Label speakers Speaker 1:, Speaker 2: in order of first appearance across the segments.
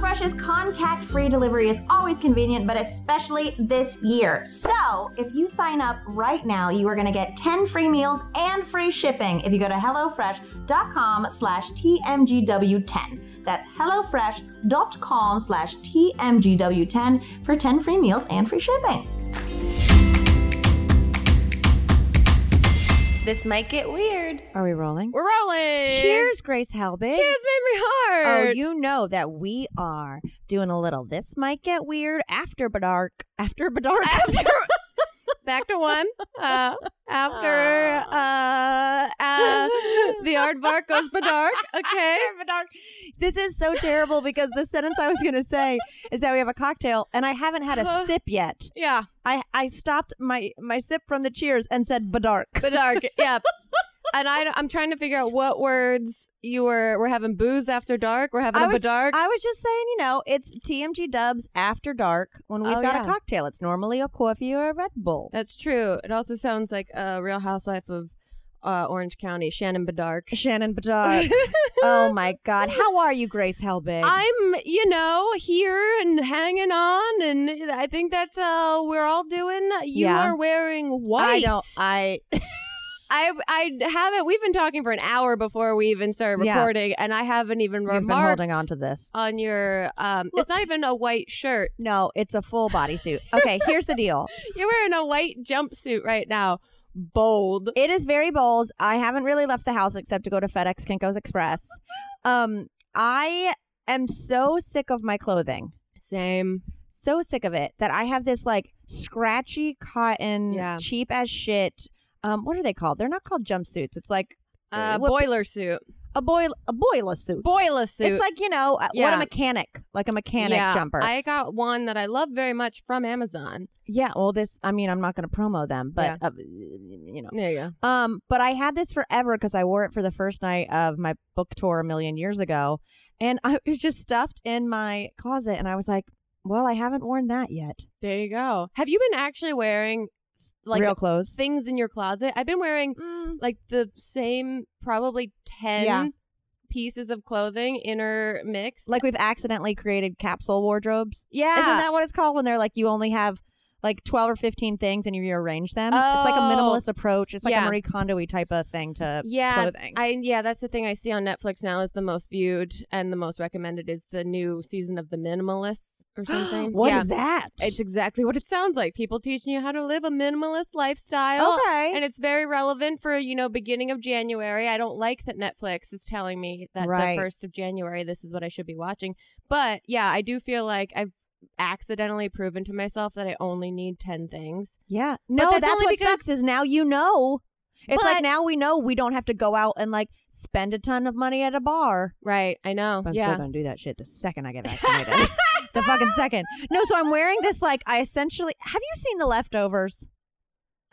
Speaker 1: Fresh's contact free delivery is always convenient, but especially this year. So, if you sign up right now, you are going to get 10 free meals and free shipping if you go to HelloFresh.com slash TMGW10. That's HelloFresh.com slash TMGW10 for 10 free meals and free shipping.
Speaker 2: This might get weird.
Speaker 3: Are we rolling?
Speaker 2: We're rolling.
Speaker 3: Cheers, Grace Helbig.
Speaker 2: Cheers, memory heart.
Speaker 3: Oh, you know that we are doing a little. This might get weird after Bedark. After Bedark.
Speaker 2: After- Back to one. Uh, after uh, uh, the aardvark goes bedark. Okay.
Speaker 3: This is so terrible because the sentence I was going to say is that we have a cocktail and I haven't had a sip yet.
Speaker 2: Yeah.
Speaker 3: I, I stopped my, my sip from the cheers and said Bedark.
Speaker 2: Bedark. Yeah. And I, I'm trying to figure out what words you were. We're having booze after dark. We're having
Speaker 3: I
Speaker 2: a
Speaker 3: was,
Speaker 2: bedark.
Speaker 3: I was just saying, you know, it's TMG Dubs after dark when we've
Speaker 2: Oh,
Speaker 3: got
Speaker 2: yeah.
Speaker 3: a cocktail. It's normally a coffee or a Red Bull.
Speaker 2: That's true. It also sounds like a Real Housewife of uh, Orange County, Shannon Bedark.
Speaker 3: Shannon Bedard. oh my God. How are you, Grace Helbig?
Speaker 2: I'm, you know, here and hanging on, and I think that's uh we're all doing. You
Speaker 3: Yeah.
Speaker 2: are wearing
Speaker 3: I
Speaker 2: white.
Speaker 3: don't. I
Speaker 2: I, I haven't. We've been talking for an hour before we even started
Speaker 3: Yeah.
Speaker 2: recording, and I haven't even
Speaker 3: you've
Speaker 2: remarked
Speaker 3: been holding on to this.
Speaker 2: on your. Um, it's not even a white shirt.
Speaker 3: No, it's a full bodysuit. Okay, here's the deal.
Speaker 2: You're wearing a white jumpsuit right now. Bold.
Speaker 3: It is very bold. I haven't really left the house except to go to FedEx Kinko's Express. Um, I am so sick of my clothing,
Speaker 2: Same.
Speaker 3: so sick of it that I have this like scratchy cotton,
Speaker 2: Yeah.
Speaker 3: cheap as shit. Um, what are they called? They're not called jumpsuits. It's like
Speaker 2: Uh,
Speaker 3: What-
Speaker 2: boiler suit.
Speaker 3: a boil a boiler suit.
Speaker 2: Boiler suit.
Speaker 3: It's like you know uh what
Speaker 2: Yeah.
Speaker 3: a mechanic, like a mechanic
Speaker 2: yeah,
Speaker 3: jumper.
Speaker 2: I got one that I love very much from Amazon.
Speaker 3: yeah. Well, this. I mean, I'm not going to promo them, but uh, you know.
Speaker 2: There you go.
Speaker 3: Um, but I had this forever because I wore it for the first night of my book tour a million years ago, and I it was just stuffed in my closet, and I was like, "Well, I haven't worn that yet."
Speaker 2: There you go. Have you been actually wearing like
Speaker 3: Like real clothes.
Speaker 2: things in your closet? I've been wearing
Speaker 3: Mm,
Speaker 2: like the same probably 10
Speaker 3: Yeah.
Speaker 2: pieces of clothing intermixed.
Speaker 3: like we've accidentally created capsule wardrobes.
Speaker 2: yeah.
Speaker 3: Isn't that what it's called when they're like you only have like twelve or fifteen things and you rearrange them? It's like a
Speaker 2: Oh.
Speaker 3: minimalist approach. It's like
Speaker 2: Yeah.
Speaker 3: a Marie Kondo-y type of thing to
Speaker 2: yeah,
Speaker 3: clothing.
Speaker 2: I yeah, that's the thing I see on Netflix now is the most viewed and the most recommended is the new season of The Minimalists or something.
Speaker 3: What
Speaker 2: yeah.
Speaker 3: is that?
Speaker 2: It's exactly what it sounds like. People teaching you how to live a minimalist lifestyle.
Speaker 3: okay.
Speaker 2: And it's very relevant for, you know, beginning of January. I don't like that Netflix is telling me that
Speaker 3: Right.
Speaker 2: the 1st of January, this is what I should be watching. But yeah, I do feel like I've accidentally proven to myself that I only need 10 things.
Speaker 3: Yeah. No,
Speaker 2: that's
Speaker 3: that's,
Speaker 2: only
Speaker 3: what
Speaker 2: because-
Speaker 3: sucks is now you know. It's
Speaker 2: But-
Speaker 3: like now we know we don't have to go out and like spend a ton of money at a bar.
Speaker 2: Right. I know.
Speaker 3: But I'm
Speaker 2: yeah.
Speaker 3: still gonna do that shit the second I get vaccinated. the fucking second. No, so I'm wearing this like I essentially have you seen the leftovers?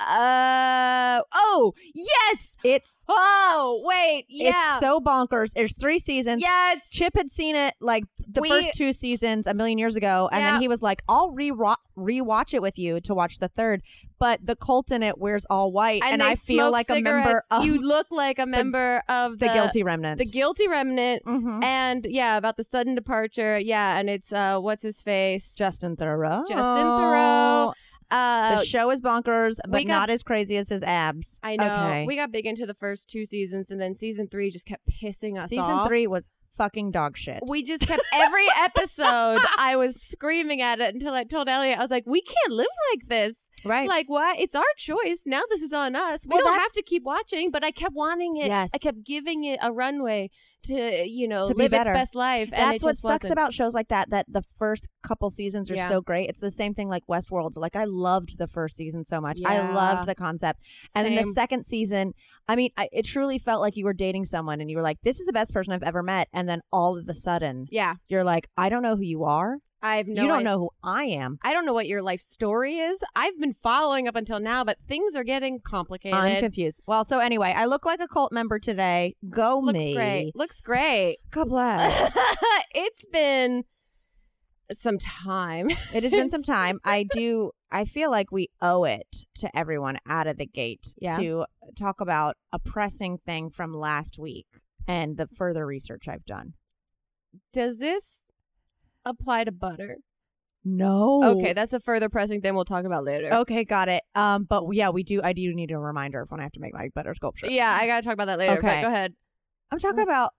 Speaker 2: Uh oh, yes.
Speaker 3: It's
Speaker 2: Oh, wait. Yeah.
Speaker 3: it's so bonkers. There's three seasons.
Speaker 2: yes.
Speaker 3: Chip had seen it like the
Speaker 2: We-
Speaker 3: first two seasons a million years ago, and
Speaker 2: Yeah.
Speaker 3: then he was like, "I'll re rewatch it with you to watch the third. But the cult in it wears all white, and,
Speaker 2: they
Speaker 3: I feel
Speaker 2: smoke
Speaker 3: like a member
Speaker 2: cigarettes.
Speaker 3: of
Speaker 2: You look like a member of
Speaker 3: the,
Speaker 2: the
Speaker 3: guilty remnant.
Speaker 2: The guilty remnant.
Speaker 3: mm-hmm.
Speaker 2: and yeah, about the sudden departure. Yeah, and it's uh, what's his face?
Speaker 3: Justin Thoreau.
Speaker 2: Justin Theroux. Uh,
Speaker 3: The show is bonkers, but
Speaker 2: we got-
Speaker 3: not as crazy as his abs.
Speaker 2: I know
Speaker 3: Okay.
Speaker 2: we got big into the first two seasons, and then season three just kept pissing us
Speaker 3: Season
Speaker 2: off.
Speaker 3: three was fucking dog shit.
Speaker 2: We just kept every episode. I was screaming at it until I told Elliot, I was like, "We can't live like this.
Speaker 3: right.
Speaker 2: Like, what? It's our choice. Now this is on us. We
Speaker 3: Well,
Speaker 2: don't
Speaker 3: that-
Speaker 2: have to keep watching." But I kept wanting it.
Speaker 3: Yes.
Speaker 2: I kept giving it a runway to, you know,
Speaker 3: To be
Speaker 2: live
Speaker 3: better.
Speaker 2: its best life. and
Speaker 3: That's
Speaker 2: it
Speaker 3: what
Speaker 2: just
Speaker 3: sucks
Speaker 2: wasn't.
Speaker 3: about shows like that, that the first couple seasons are
Speaker 2: Yeah.
Speaker 3: so great. It's the same thing like Westworld. Like, I loved the first season so much. I
Speaker 2: Yeah.
Speaker 3: loved the concept. And then the
Speaker 2: Same.
Speaker 3: second season, I mean, I, it truly felt like you were dating someone and you were like, this is the best person I've ever met. And then all of a sudden,
Speaker 2: Yeah,
Speaker 3: you're like, I don't know who you are.
Speaker 2: I have no.
Speaker 3: you don't
Speaker 2: idea.
Speaker 3: know who I am.
Speaker 2: I don't know what your life story is. I've been following up until now, but things are getting complicated.
Speaker 3: I'm confused. Well, so anyway, I look like a cult member today. Go
Speaker 2: Looks
Speaker 3: me.
Speaker 2: great. Looks great.
Speaker 3: God bless.
Speaker 2: it's been some time.
Speaker 3: it has been some time. I do. I feel like we owe it to everyone out of the gate
Speaker 2: Yeah.
Speaker 3: to talk about a pressing thing from last week and the further research I've done.
Speaker 2: Does this apply to butter?
Speaker 3: No.
Speaker 2: Okay, that's a further pressing thing we'll talk about later.
Speaker 3: Okay, got it. Um, but yeah, we do. I do need a reminder of when I have to make my butter sculpture.
Speaker 2: Yeah, Mm-hmm. I gotta talk about that later. but
Speaker 3: Okay.
Speaker 2: go ahead.
Speaker 3: I'm talking about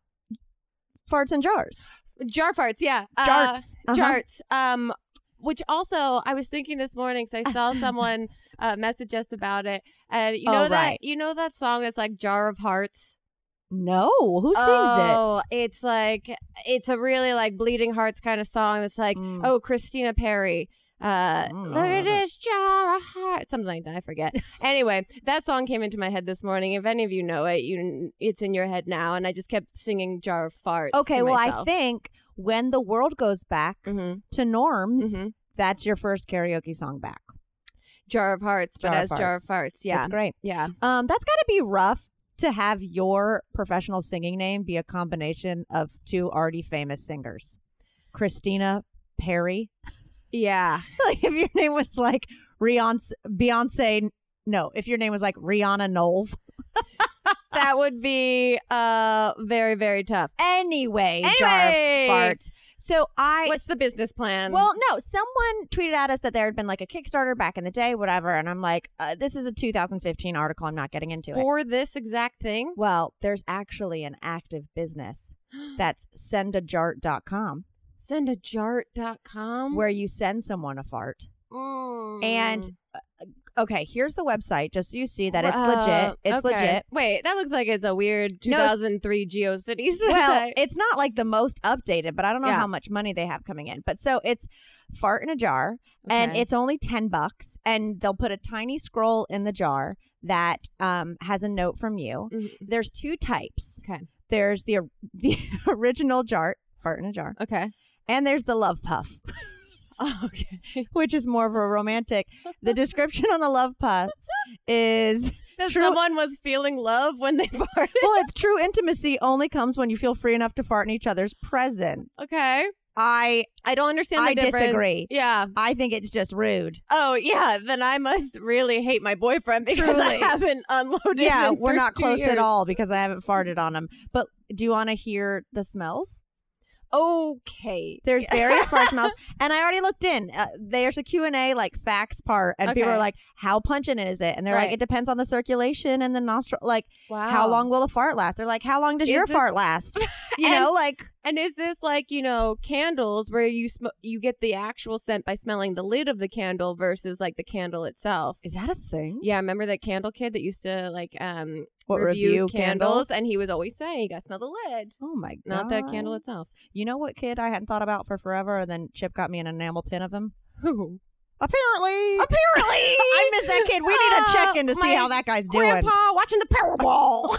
Speaker 3: farts and jars.
Speaker 2: Jar farts, yeah. Uh,
Speaker 3: Jarts. Uh-huh.
Speaker 2: Jarts. Um, which also I was thinking this morning because I saw someone uh, message us about it, and you
Speaker 3: Oh,
Speaker 2: know that
Speaker 3: right.
Speaker 2: you know that song that's like Jar of Hearts.
Speaker 3: No, who sings
Speaker 2: oh, it's like it's a really like bleeding hearts kind of song. That's like
Speaker 3: Mm.
Speaker 2: oh Christina Perry. Uh,
Speaker 3: Mm, I
Speaker 2: look at
Speaker 3: don't know.
Speaker 2: this jar of hearts, something like that. I forget. anyway, that song came into my head this morning. If any of you know it, you it's in your head now, and I just kept singing jar of farts.
Speaker 3: it? Okay, well, I think when the world goes back
Speaker 2: Mm-hmm,
Speaker 3: to norms,
Speaker 2: hmm
Speaker 3: that's your first karaoke song back.
Speaker 2: Jar of Hearts, but
Speaker 3: Jar of
Speaker 2: as Jar of Hearts, yeah,
Speaker 3: That's great.
Speaker 2: yeah.
Speaker 3: Um, that's got to be rough to have your professional singing name be a combination of two already famous singers, Christina Perry.
Speaker 2: Yeah.
Speaker 3: like if your name was like Rihanna, Beyonce. No, if your name was like Rihanna Knowles. Uh,
Speaker 2: That would be uh very, very tough.
Speaker 3: Anyway, jar of
Speaker 2: Anyway.
Speaker 3: farts. So I
Speaker 2: What's the business plan?
Speaker 3: Well, no, someone tweeted at us that there had been like a Kickstarter back in the day, whatever. And I'm like, uh, this is a 2015 article. I'm not getting into it.
Speaker 2: for this exact thing.
Speaker 3: Well, there's actually an active business that's sendajart.com
Speaker 2: Send a jart.com.
Speaker 3: where you send someone a fart.
Speaker 2: Mm.
Speaker 3: And uh, okay, here's the website just so you see that it's
Speaker 2: Wow.
Speaker 3: legit. It's
Speaker 2: uh, Okay.
Speaker 3: legit.
Speaker 2: Wait, that looks like it's a weird
Speaker 3: No,
Speaker 2: 2003 GeoCities website.
Speaker 3: Well, it's not like the most updated, but I don't know
Speaker 2: Yeah.
Speaker 3: how much money they have coming in. But so it's fart in a jar. and
Speaker 2: Okay.
Speaker 3: it's only 10 bucks and they'll put a tiny scroll in the jar that um, has a note from you
Speaker 2: Mhm.
Speaker 3: there's two types
Speaker 2: Okay.
Speaker 3: there's the or- the original jar fart in a jar
Speaker 2: okay.
Speaker 3: and there's the love puff
Speaker 2: Oh, okay.
Speaker 3: which is more of a romantic the description on the love puff is
Speaker 2: That
Speaker 3: True-
Speaker 2: someone was feeling love when they farted.
Speaker 3: well it's true intimacy only comes when you feel free enough to fart in each other's presence
Speaker 2: Okay.
Speaker 3: i
Speaker 2: I don't understand the
Speaker 3: I
Speaker 2: difference.
Speaker 3: disagree.
Speaker 2: Yeah.
Speaker 3: i think it's just rude
Speaker 2: Oh, yeah. Then I must really hate my boyfriend because I
Speaker 3: Truly.
Speaker 2: haven't unloaded.
Speaker 3: yeah
Speaker 2: in
Speaker 3: we're not
Speaker 2: 32
Speaker 3: close
Speaker 2: years.
Speaker 3: at all because i haven't farted on them but do you want to hear the smells
Speaker 2: Okay.
Speaker 3: There's various fart smells, and I already looked in. Uh, there's a Q and A like facts part, and people
Speaker 2: Okay.
Speaker 3: are like, "How pungent is it?" And they're
Speaker 2: Right.
Speaker 3: like, "It depends on the circulation and the nostril. Like,
Speaker 2: Wow.
Speaker 3: how long will a fart last?" They're like, "How long does
Speaker 2: Is
Speaker 3: your
Speaker 2: this-
Speaker 3: fart last?" You
Speaker 2: And-
Speaker 3: know, like
Speaker 2: And is this like you know candles where you sm- you get the actual scent by smelling the lid of the candle versus like the candle itself?
Speaker 3: is that a thing?
Speaker 2: Yeah, remember that candle kid that used to like um
Speaker 3: Mm-hmm. What
Speaker 2: review, candles? and he was always saying you gotta smell the lid,
Speaker 3: oh my god,
Speaker 2: not the candle itself.
Speaker 3: You know what kid I hadn't thought about for forever, and then Chip got me an enamel pin of him.
Speaker 2: Who?
Speaker 3: Apparently,
Speaker 2: Apparently,
Speaker 3: I miss that kid. We need
Speaker 2: Uh,
Speaker 3: a check in to see
Speaker 2: my
Speaker 3: how that guy's doing.
Speaker 2: Grandpa watching the Powerball.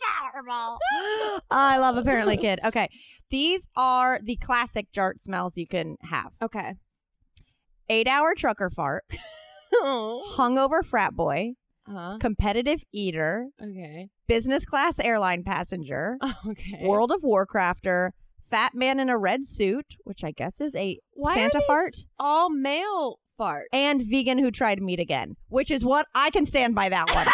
Speaker 1: Powerball.
Speaker 3: I love apparently kid. Okay. These are the classic jart smells you can have.
Speaker 2: okay.
Speaker 3: Eight hour trucker fart,
Speaker 2: huh.
Speaker 3: hungover frat boy,
Speaker 2: Uh-huh.
Speaker 3: competitive eater,
Speaker 2: Okay.
Speaker 3: business class airline passenger,
Speaker 2: Uh, Okay.
Speaker 3: World of Warcrafter, fat man in a red suit, which I guess is a
Speaker 2: Why are
Speaker 3: Santa
Speaker 2: these
Speaker 3: fart,
Speaker 2: all male farts.
Speaker 3: and vegan who tried meat again, which is what I can stand by that one.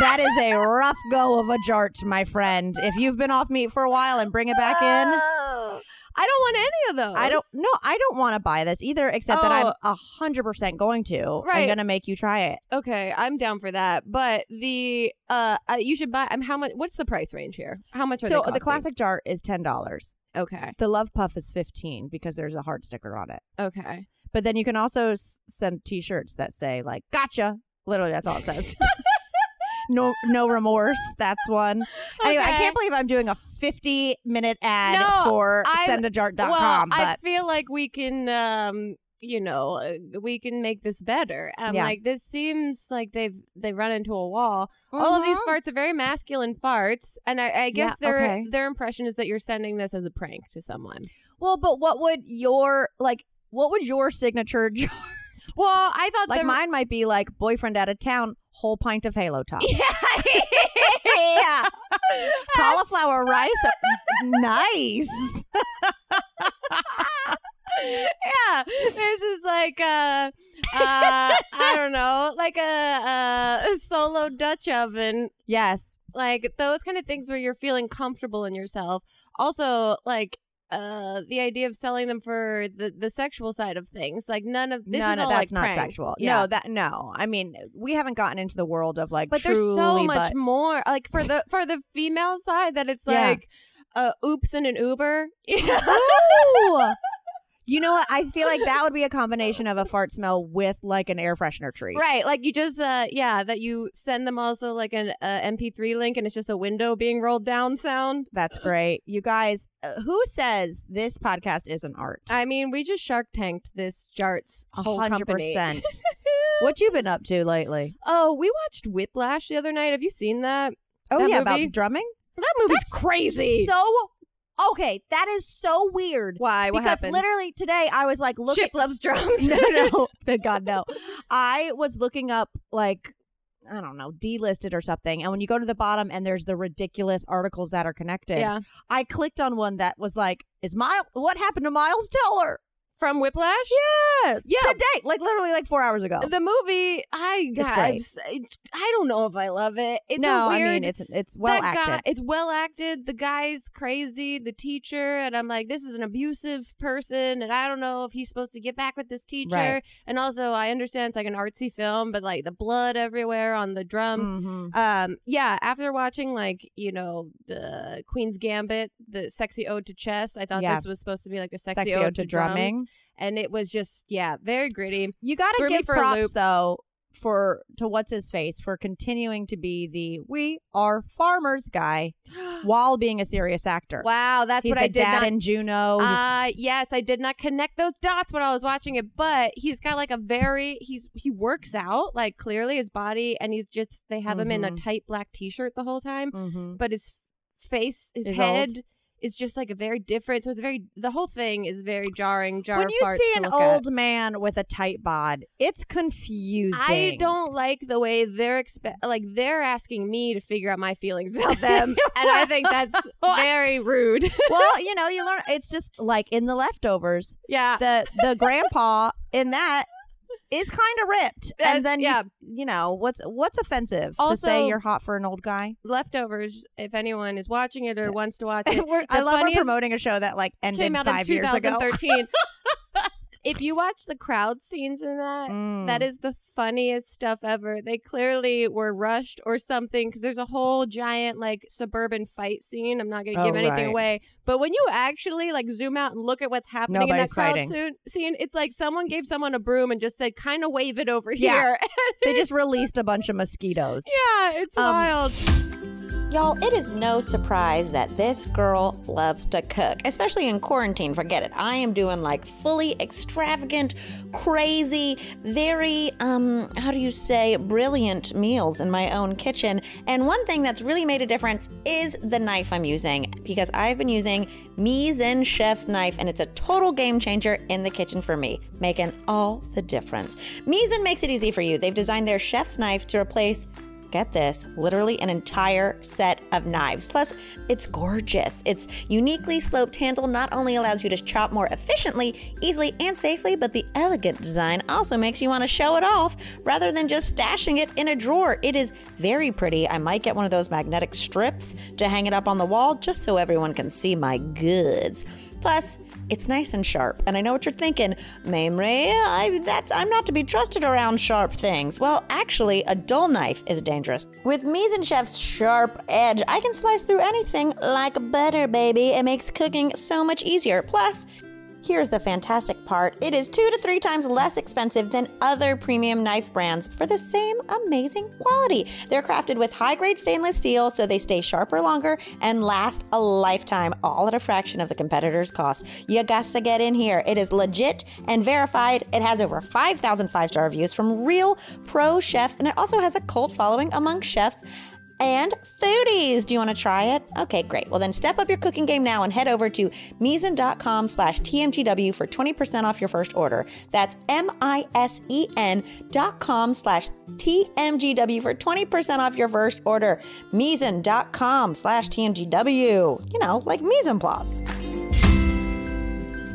Speaker 3: that is a rough go of a jart, my friend. If you've been off meat for a while and bring it back in.
Speaker 2: Oh, I don't want any of those.
Speaker 3: I don't no, I don't want to buy this either, except that I'm a hundred percent going to.
Speaker 2: Oh. Right.
Speaker 3: I'm gonna make you try it.
Speaker 2: Okay, I'm down for that. But the uh, uh you should buy. I'm how much? What's the price range here? How much are they
Speaker 3: so the
Speaker 2: costing?
Speaker 3: classic jar is ten dollars.
Speaker 2: Okay,
Speaker 3: The love puff is fifteen because there's a heart sticker on it.
Speaker 2: okay.
Speaker 3: But then you can also s- send T-shirts that say like "Gotcha." Literally, that's all it says. no, no remorse. That's one. Anyway, I
Speaker 2: Okay.
Speaker 3: can't believe I'm doing a 50 minute ad
Speaker 2: No,
Speaker 3: for
Speaker 2: I'm-
Speaker 3: sendajart.com.
Speaker 2: well,
Speaker 3: but
Speaker 2: I feel like we can, um, you know, uh, we can make this better. Um,
Speaker 3: Yeah.
Speaker 2: like this seems like they've they run into a wall. All of these
Speaker 3: Mhm.
Speaker 2: farts are very masculine farts, and I, I guess
Speaker 3: Yeah,
Speaker 2: their
Speaker 3: okay.
Speaker 2: their impression is that you're sending this as a prank to someone.
Speaker 3: well, but what would your like? What would your signature jar?
Speaker 2: Well, I thought
Speaker 3: Like
Speaker 2: the-
Speaker 3: mine might be like boyfriend out of town, whole pint of Halo Top,
Speaker 2: yeah.
Speaker 3: cauliflower rice. uh, nice.
Speaker 2: yeah, this is like uh, uh, I don't know, like a, a solo Dutch oven,
Speaker 3: Yes.
Speaker 2: like those kind of things where you're feeling comfortable in yourself. Also, like uh the idea of selling them for the the sexual side of things like none of this
Speaker 3: no,
Speaker 2: is
Speaker 3: no,
Speaker 2: all like
Speaker 3: that's not
Speaker 2: pranks.
Speaker 3: sexual.
Speaker 2: Yeah.
Speaker 3: No, that no. I mean, we haven't gotten into the world of like
Speaker 2: but there's
Speaker 3: truly,
Speaker 2: so much
Speaker 3: but
Speaker 2: more like for the for the female side that it's
Speaker 3: Yeah.
Speaker 2: like uh oops and an uber yeah
Speaker 3: Ooh! you know what? I feel like that would be a combination of a fart smell with like an air freshener treat.
Speaker 2: right like you just uh yeah that you send them also like an uh, mp3 link and it's just a window being rolled down sound
Speaker 3: That's great. You guys, uh, who says this podcast isn't art?
Speaker 2: i mean we just shark tanked this jarts
Speaker 3: A
Speaker 2: whole company
Speaker 3: what you been up to lately?
Speaker 2: oh we watched whiplash the other night have you seen that
Speaker 3: Oh
Speaker 2: That
Speaker 3: yeah, about
Speaker 2: movie?
Speaker 3: the drumming.
Speaker 2: that movie's
Speaker 3: That's
Speaker 2: crazy
Speaker 3: So okay, that is so weird.
Speaker 2: why what
Speaker 3: because
Speaker 2: happened
Speaker 3: literally today I was like, look
Speaker 2: Chip loves drums
Speaker 3: no, no, thank God, no. I was looking up like I don't know, delisted or something. And when you go to the bottom and there's the ridiculous articles that are connected,
Speaker 2: yeah
Speaker 3: I clicked on one that was like, "Is Miles? What happened to Miles Teller?"
Speaker 2: from whiplash
Speaker 3: Yes,
Speaker 2: Yeah.
Speaker 3: today, like literally like four hours ago.
Speaker 2: The movie, I
Speaker 3: It's
Speaker 2: got.
Speaker 3: great.
Speaker 2: It's, it's- I don't know if I love it. It's
Speaker 3: no,
Speaker 2: a weird,
Speaker 3: I mean it's it's well
Speaker 2: that
Speaker 3: acted.
Speaker 2: Guy, it's well acted. The guy's crazy. The teacher, and I'm like, this is an abusive person, and I don't know if he's supposed to get back with this teacher.
Speaker 3: Right.
Speaker 2: And also, I understand it's like an artsy film, but like the blood everywhere on the drums.
Speaker 3: Mhm.
Speaker 2: Um, yeah. After watching like you know the Queen's Gambit, the sexy ode to chess, I thought
Speaker 3: Yeah.
Speaker 2: this was supposed to be like the sexy,
Speaker 3: Sexy
Speaker 2: ode,
Speaker 3: ode to
Speaker 2: drums,
Speaker 3: drumming.
Speaker 2: and it was just yeah, very gritty.
Speaker 3: You got
Speaker 2: Threw
Speaker 3: to
Speaker 2: me
Speaker 3: give
Speaker 2: for a
Speaker 3: props
Speaker 2: loop.
Speaker 3: though for to what's his face for continuing to be the we are farmers guy while being a serious actor.
Speaker 2: Wow, that's
Speaker 3: he's
Speaker 2: what
Speaker 3: the
Speaker 2: I did
Speaker 3: dad
Speaker 2: not
Speaker 3: in Juno. He's
Speaker 2: Uh, yes, I did not connect those dots when I was watching it, but he's got like a very he's he works out like clearly his body, and he's just they have him in a
Speaker 3: Mhm.
Speaker 2: tight black t-shirt the whole time,
Speaker 3: Mm-hmm.
Speaker 2: but his face, his
Speaker 3: Is
Speaker 2: head
Speaker 3: old.
Speaker 2: is just like a very different. So it's very the whole thing is very jarring. Jar
Speaker 3: When
Speaker 2: of
Speaker 3: you
Speaker 2: farts
Speaker 3: see
Speaker 2: to
Speaker 3: an
Speaker 2: look at.
Speaker 3: old man with a tight bod, it's confusing.
Speaker 2: I don't like the way they're expe- like they're asking me to figure out my feelings about them, and I think that's very rude.
Speaker 3: well, you know, you learn. It's just like in the leftovers,
Speaker 2: yeah,
Speaker 3: the the grandpa in that is kind of ripped,
Speaker 2: That's-
Speaker 3: and then
Speaker 2: yeah.
Speaker 3: you, you know what's what's offensive to say
Speaker 2: Also-
Speaker 3: you're hot for an old guy.
Speaker 2: leftovers. If anyone is watching it or wants to watch it,
Speaker 3: We're, I
Speaker 2: The
Speaker 3: love we're
Speaker 2: funniest-
Speaker 3: promoting a show that like ended
Speaker 2: came out in
Speaker 3: five years ago.
Speaker 2: 2013. if you watch the crowd scenes in that,
Speaker 3: Mm.
Speaker 2: that is the funniest stuff ever. They clearly were rushed or something because there's a whole giant like suburban fight scene. I'm not going to
Speaker 3: Oh,
Speaker 2: give anything
Speaker 3: right.
Speaker 2: away, but when you actually like zoom out and look at what's happening
Speaker 3: Nobody's
Speaker 2: in that crowd
Speaker 3: fighting.
Speaker 2: soon, scene, it's like someone gave someone a broom and just said, "Kind of wave it over
Speaker 3: Yeah.
Speaker 2: here."
Speaker 3: they just released a bunch of mosquitoes.
Speaker 2: yeah, it's
Speaker 3: Um,
Speaker 2: wild.
Speaker 1: Y'all, it is no surprise that this girl loves to cook, especially in quarantine. Forget it. I am doing like fully extravagant, crazy, very, um, how do you say, brilliant meals in my own kitchen. And one thing that's really made a difference is the knife I'm using because I've been using Misen Chef's knife and it's a total game changer in the kitchen for me, making all the difference. Misen makes it easy for you. They've designed their chef's knife to replace get this, literally an entire set of knives. Plus, it's gorgeous. Its uniquely sloped handle not only allows you to chop more efficiently, easily, and safely, but the elegant design also makes you want to show it off rather than just stashing it in a drawer. It is very pretty. I might get one of those magnetic strips to hang it up on the wall just so everyone can see my goods. Plus, it's nice and sharp. And I know what you're thinking, Mamre, I, that's, I'm not to be trusted around sharp things. Well, actually, a dull knife is dangerous. With Misen Chef's sharp edge, I can slice through anything like butter, baby. It makes cooking so much easier. Plus, Here's the fantastic part it is two to three times less expensive than other premium knife brands for the same amazing quality. They're crafted with high grade stainless steel so they stay sharper longer and last a lifetime, all at a fraction of the competitor's cost. You gotta get in here. It is legit and verified. It has over 5,000 five star reviews from real pro chefs, and it also has a cult following among chefs and foodies. Do you want to try it? Okay, great. Well, then step up your cooking game now and head over to Misen.com slash TMGW for 20% off your first order. That's M-I-S-E-N E dot com slash TMGW for 20% off your first order. Misen.com slash TMGW. You know, like Misen Plus.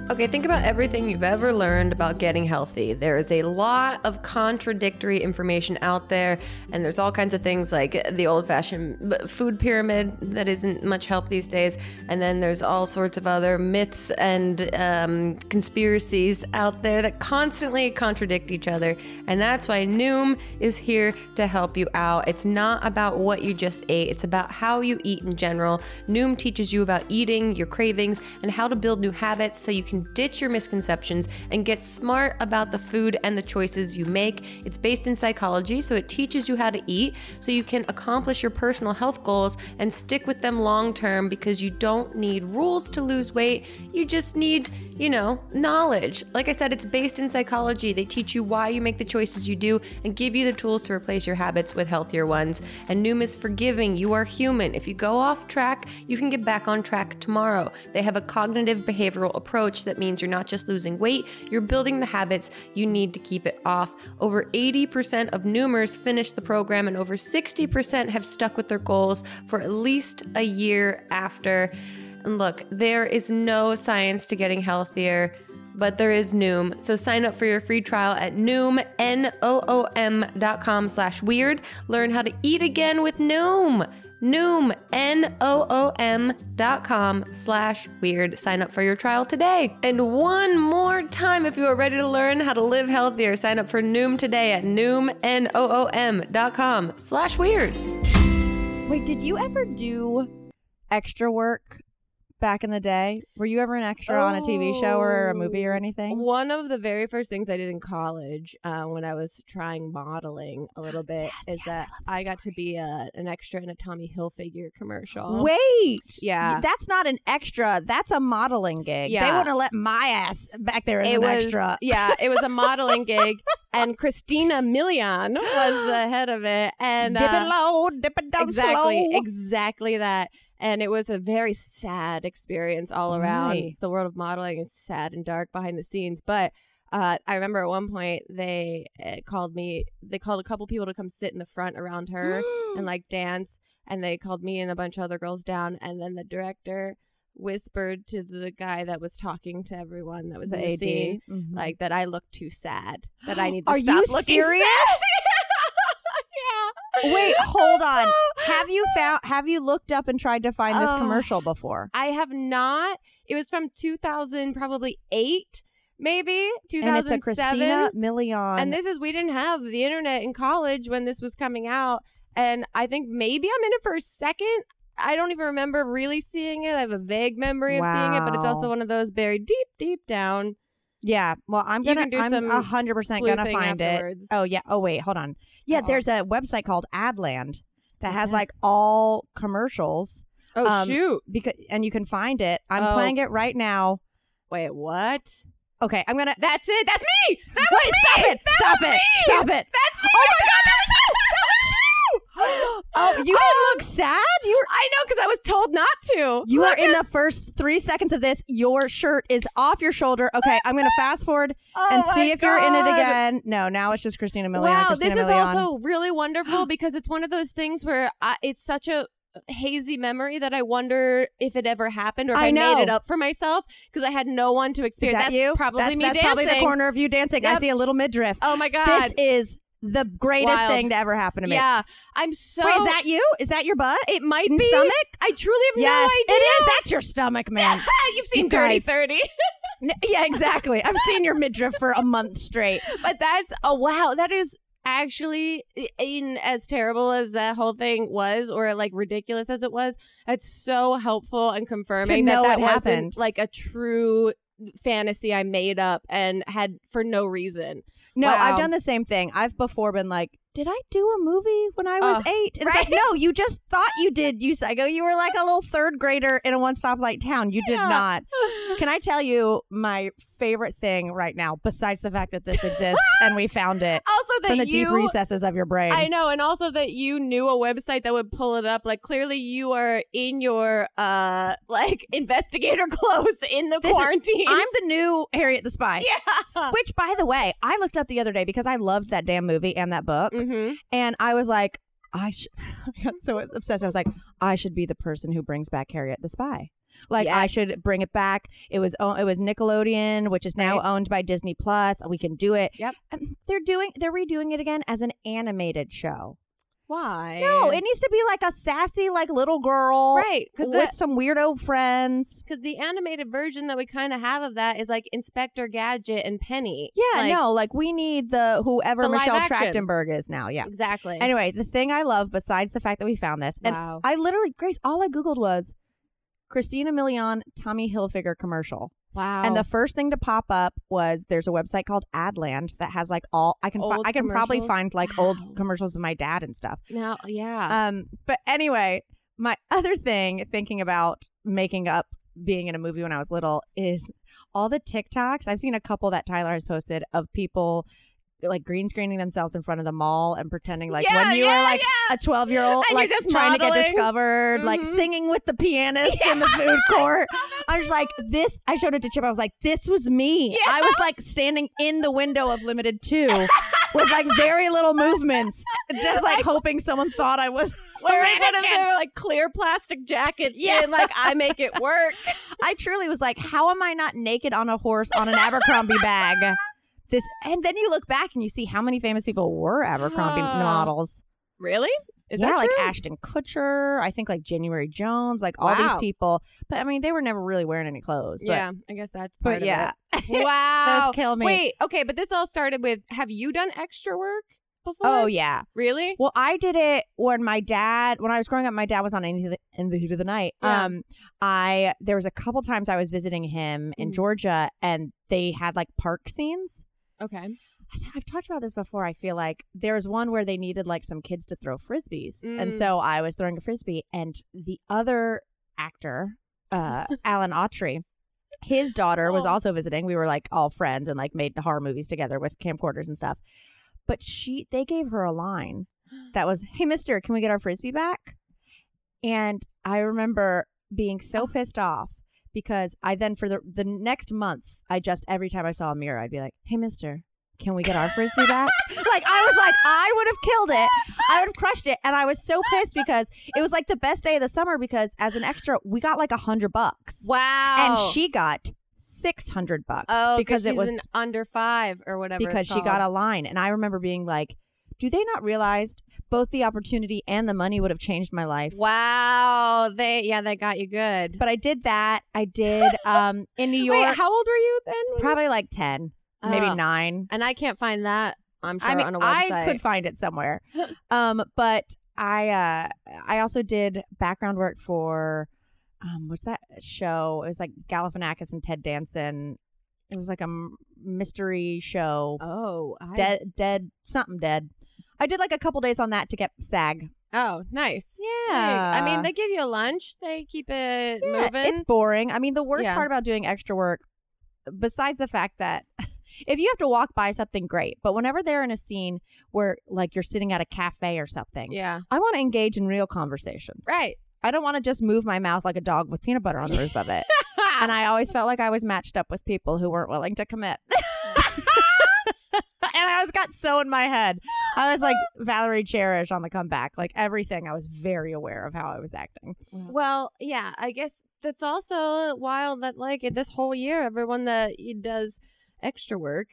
Speaker 4: Okay, think about everything you've ever learned about getting healthy. There is a lot of contradictory information out there, and there's all kinds of things like the old fashioned food pyramid that isn't much help these days. And then there's all sorts of other myths and um, conspiracies out there that constantly contradict each other. And that's why Noom is here to help you out. It's not about what you just ate, it's about how you eat in general. Noom teaches you about eating, your cravings, and how to build new habits so you can ditch your misconceptions and get smart about the food and the choices you make. It's based in psychology, so it teaches you how to eat so you can accomplish your personal health goals and stick with them long term because you don't need rules to lose weight. You just need, you know, knowledge. Like I said, it's based in psychology. They teach you why you make the choices you do and give you the tools to replace your habits with healthier ones. And Noom is forgiving. You are human. If you go off track, you can get back on track tomorrow. They have a cognitive behavioral approach that means you're not just losing weight, you're building the habits you need to keep it off. Over 80% of Noomers finish the program, and over 60% have stuck with their goals for at least a year after. And look, there is no science to getting healthier but there is Noom. So sign up for your free trial at Noom, N-O-O-M dot com slash weird. Learn how to eat again with Noom. Noom, N-O-O-M dot com slash weird. Sign up for your trial today. And one more time, if you are ready to learn how to live healthier, sign up for Noom today at Noom, N-O-O-M dot com slash weird.
Speaker 3: Wait, did you ever do extra work back in the day? Were you ever an extra on a TV show or a movie or anything?
Speaker 2: One of the very first things I did in college uh, when I was trying modeling a little bit is that I, got to be a, an extra in a Tommy Hilfiger commercial.
Speaker 3: Wait.
Speaker 2: Oh. Yeah.
Speaker 3: That's not an extra. That's a modeling gig. They
Speaker 2: Yeah.
Speaker 3: wouldn't have let my ass back there as an extra.
Speaker 2: Yeah, it was a modeling gig, and Christina Milian was the head of it. And
Speaker 3: dip
Speaker 2: uh,
Speaker 3: it low, dip it down
Speaker 2: exactly,
Speaker 3: slow.
Speaker 2: exactly that. And it was a very sad experience all around.
Speaker 3: Right.
Speaker 2: The world of modeling is sad and dark behind the scenes, but. Uh, I remember at one point they uh, called me. They called a couple people to come sit in the front around her and like dance, and they called me and a bunch of other girls down. And then the director whispered to the guy that was talking to everyone that was in the scene,
Speaker 3: Mhm.
Speaker 2: like that I look too sad. That I need to
Speaker 3: Are
Speaker 2: stop
Speaker 3: you
Speaker 2: looking
Speaker 3: serious?
Speaker 2: sad. yeah.
Speaker 3: Wait, hold on.
Speaker 2: So-
Speaker 3: Have you found? Have you looked up and tried to find this
Speaker 2: Oh.
Speaker 3: commercial before?
Speaker 2: I have not. It was from 2000, probably eight, maybe
Speaker 3: And it's a
Speaker 2: 2007.
Speaker 3: Christina Milian.
Speaker 2: And this is we didn't have the internet in college when this was coming out, and I think maybe I'm in it for a second. I don't even remember really seeing it. I have a vague memory of seeing it, but it's
Speaker 3: Wow.
Speaker 2: also one of those buried deep, deep down.
Speaker 3: yeah. Well, I'm
Speaker 2: You
Speaker 3: gonna.
Speaker 2: can do
Speaker 3: I'm
Speaker 2: some
Speaker 3: a hundred percent gonna
Speaker 2: sleuthing
Speaker 3: find
Speaker 2: afterwards.
Speaker 3: it. Oh yeah. Oh wait, hold on. Yeah,
Speaker 2: Oh.
Speaker 3: there's a website called Adland that has
Speaker 2: Okay.
Speaker 3: like all commercials
Speaker 2: Oh
Speaker 3: Um,
Speaker 2: shoot!
Speaker 3: because and you can find it. I'm
Speaker 2: Oh.
Speaker 3: playing it right now.
Speaker 2: Wait, what?
Speaker 3: Okay, I'm gonna.
Speaker 2: That's it. That's me. That
Speaker 3: Wait!
Speaker 2: was me.
Speaker 3: Stop it!
Speaker 2: That
Speaker 3: stop
Speaker 2: was
Speaker 3: it!
Speaker 2: me!
Speaker 3: Stop it!
Speaker 2: That's me. Oh my god, that was you. That was you.
Speaker 3: oh, you didn't look sad. You were.
Speaker 2: I know because I was told not to.
Speaker 3: You are
Speaker 2: Look
Speaker 3: in
Speaker 2: at-
Speaker 3: the first three seconds of this. Your shirt is off your shoulder. Okay, I'm gonna fast forward
Speaker 2: Oh
Speaker 3: and
Speaker 2: my
Speaker 3: see if you're in it
Speaker 2: God.
Speaker 3: again. No, now it's just Christina Milian.
Speaker 2: Wow,
Speaker 3: Christina
Speaker 2: this is
Speaker 3: Milian.
Speaker 2: also really wonderful because it's one of those things where I, it's such a hazy memory that I wonder if it ever happened or if
Speaker 3: I
Speaker 2: I,
Speaker 3: know.
Speaker 2: made it up for myself because I had no one to
Speaker 3: Is
Speaker 2: experience.
Speaker 3: that
Speaker 2: that's
Speaker 3: you?
Speaker 2: probably
Speaker 3: that's,
Speaker 2: me
Speaker 3: that's
Speaker 2: dancing.
Speaker 3: probably the corner of you dancing. I
Speaker 2: Yep.
Speaker 3: see a little midriff.
Speaker 2: Oh my god!
Speaker 3: This is the greatest
Speaker 2: Wild.
Speaker 3: thing to ever happen to me.
Speaker 2: yeah, I'm so.
Speaker 3: Wait, is that you? Is that your butt?
Speaker 2: It might
Speaker 3: In
Speaker 2: be
Speaker 3: stomach?
Speaker 2: I truly have
Speaker 3: yes,
Speaker 2: no idea.
Speaker 3: it is. That's your stomach, man.
Speaker 2: You've seen
Speaker 3: You
Speaker 2: Dirty
Speaker 3: guys.
Speaker 2: Thirty.
Speaker 3: N- yeah, exactly. I've seen your midriff for a month straight.
Speaker 2: but that's oh wow that is actually i- in as terrible as that whole thing was or like ridiculous as it was that's so helpful and confirming
Speaker 3: know
Speaker 2: that that
Speaker 3: it
Speaker 2: wasn't
Speaker 3: happened.
Speaker 2: like a true fantasy i made up and had for no reason
Speaker 3: No, I've
Speaker 2: Wow.
Speaker 3: done the same thing. I've before been like, did I do a movie when I was
Speaker 2: Ugh,
Speaker 3: eight? And it's like, no, you just thought you did, you psycho. You were like a little third grader in a one stoplight town. You did
Speaker 2: Yeah.
Speaker 3: not. Can I tell you my favorite thing right now, besides the fact that this exists and we found it
Speaker 2: also that
Speaker 3: from the
Speaker 2: you
Speaker 3: deep recesses of your brain?
Speaker 2: I know, and also that you knew a website that would pull it up. Like clearly, you are in your uh like investigator clothes in the
Speaker 3: This is-
Speaker 2: quarantine.
Speaker 3: I'm the new Harriet the Spy.
Speaker 2: yeah.
Speaker 3: Which, by the way, I looked up the other day because I loved that damn movie and that book.
Speaker 2: Mhm.
Speaker 3: And I was like, I, sh- I got so obsessed. I was like, I should be the person who brings back Harriet the Spy. Like I
Speaker 2: Yes.
Speaker 3: should bring it back. It was o- it was Nickelodeon, which is now
Speaker 2: Right.
Speaker 3: owned by Disney Plus. We can do it.
Speaker 2: Yep.
Speaker 3: Um, They're doing they're redoing it again as an animated show.
Speaker 2: Why?
Speaker 3: No, it needs to be like a sassy like little girl
Speaker 2: right because
Speaker 3: with some weirdo friends.
Speaker 2: because the animated version that we kind of have of that is like Inspector Gadget and Penny.
Speaker 3: Yeah,
Speaker 2: Like,
Speaker 3: no, like we need the whoever
Speaker 2: The live
Speaker 3: Michelle
Speaker 2: action.
Speaker 3: Trachtenberg is now. Yeah.
Speaker 2: exactly.
Speaker 3: Anyway, the thing I love besides the fact that we found this, and
Speaker 2: wow.
Speaker 3: I literally, Grace, all I Googled was Christina Milian Tommy Hilfiger commercial.
Speaker 2: wow.
Speaker 3: And the first thing to pop up was there's a website called Adland that has like all I can fi-
Speaker 2: Old
Speaker 3: I can probably
Speaker 2: commercials?
Speaker 3: find like
Speaker 2: Wow.
Speaker 3: old commercials of my dad and stuff.
Speaker 2: now, yeah.
Speaker 3: Um but anyway, my other thing thinking about making up being in a movie when I was little is all the TikToks. I've seen a couple that Tyler has posted of people like green screening themselves in front of the mall and pretending like
Speaker 2: Yeah,
Speaker 3: when you
Speaker 2: yeah,
Speaker 3: were like a 12 year old
Speaker 2: And you're
Speaker 3: like
Speaker 2: just
Speaker 3: trying to get
Speaker 2: modeling.
Speaker 3: discovered like
Speaker 2: Mhm.
Speaker 3: singing with the pianist in the food court i was like this i showed it to chip i was like this was me i was like standing in the window of limited two with like very little movements just like hoping someone thought i was
Speaker 2: Wearing one of their like clear plastic jackets
Speaker 3: Yeah.
Speaker 2: and like I make it work.
Speaker 3: i truly was like how am i not naked on a horse on an abercrombie bag this and then you look back and you see how many famous people were abercrombie
Speaker 2: Oh.
Speaker 3: models
Speaker 2: Really? Is
Speaker 3: yeah,
Speaker 2: that
Speaker 3: like
Speaker 2: true?
Speaker 3: Ashton Kutcher, I think like January Jones, like all these
Speaker 2: Wow.
Speaker 3: people. But I mean, they were never really wearing any clothes. But,
Speaker 2: yeah, I guess that's part
Speaker 3: but
Speaker 2: of
Speaker 3: yeah,
Speaker 2: it. Wow.
Speaker 3: those kill me.
Speaker 2: Wait, okay, but this all started with have you done extra work before?
Speaker 3: Oh yeah.
Speaker 2: Really?
Speaker 3: Well, I did it when my dad, when I was growing up, my dad was on in the, in the heat of the night.
Speaker 2: Yeah.
Speaker 3: Um, I there was a couple times I was visiting him in
Speaker 2: Mhm.
Speaker 3: Georgia, and they had like park scenes.
Speaker 2: Okay.
Speaker 3: I th- I've talked about this before. I feel like there was one where they needed like some kids to throw frisbees, and
Speaker 2: Mm.
Speaker 3: so I was throwing a frisbee, and the other actor, uh, Alan Autry, his daughter was
Speaker 2: Oh.
Speaker 3: also visiting. We were like all friends and like made horror movies together with camcorders and stuff. But she, they gave her a line that was, "Hey, Mister, can we get our frisbee back?" And I remember being
Speaker 2: Oh.
Speaker 3: so pissed off because I then for the the next month, I just every time I saw a mirror, I'd be like, "Hey, Mister." Can we get our frisbee back? like I was like, I would have killed it. I would have crushed it, and I was so pissed because it was like the best day of the summer because as an extra, we got like a hundred bucks,
Speaker 2: Wow.
Speaker 3: and she got six hundred bucks
Speaker 2: Oh,
Speaker 3: because it
Speaker 2: she's
Speaker 3: was
Speaker 2: an under five or whatever. it's
Speaker 3: because she got
Speaker 2: called.
Speaker 3: a line, and I remember being like, "Do they not realize both the opportunity and the money would have changed my life?"
Speaker 2: Wow. They yeah, that got you good.
Speaker 3: But I did that. I did um in New York,
Speaker 2: Wait, how old were you then? when you-
Speaker 3: probably like ten, maybe
Speaker 2: Oh.
Speaker 3: nine.
Speaker 2: And I can't find that. I'm sure
Speaker 3: I mean,
Speaker 2: on a website.
Speaker 3: I could find it somewhere. um, but I uh, I also did background work for um, what's that show? It was like Galifianakis and Ted Danson. It was like a m- mystery show,
Speaker 2: oh, I,
Speaker 3: dead, dead, something dead. I did like a couple days on that to get SAG.
Speaker 2: Oh, nice. Hey,
Speaker 3: Yeah,
Speaker 2: I mean, they give you a lunch. They keep it
Speaker 3: Yeah,
Speaker 2: moving.
Speaker 3: It's boring. I mean, the worst
Speaker 2: Yeah.
Speaker 3: part about doing extra work, besides the fact that if you have to walk by something, great. But whenever they're in a scene where like you're sitting at a cafe or something,
Speaker 2: yeah.
Speaker 3: I want to engage in real conversations.
Speaker 2: Right.
Speaker 3: I don't want to just move my mouth like a dog with peanut butter on the roof of it. And I always felt like I was matched up with people who weren't willing to commit. and I always got so in my head. I was like Valerie Cherish on the comeback. Like everything, I was very aware of how I was acting.
Speaker 2: well, yeah. I guess that's also wild that like this whole year, everyone that y- does extra work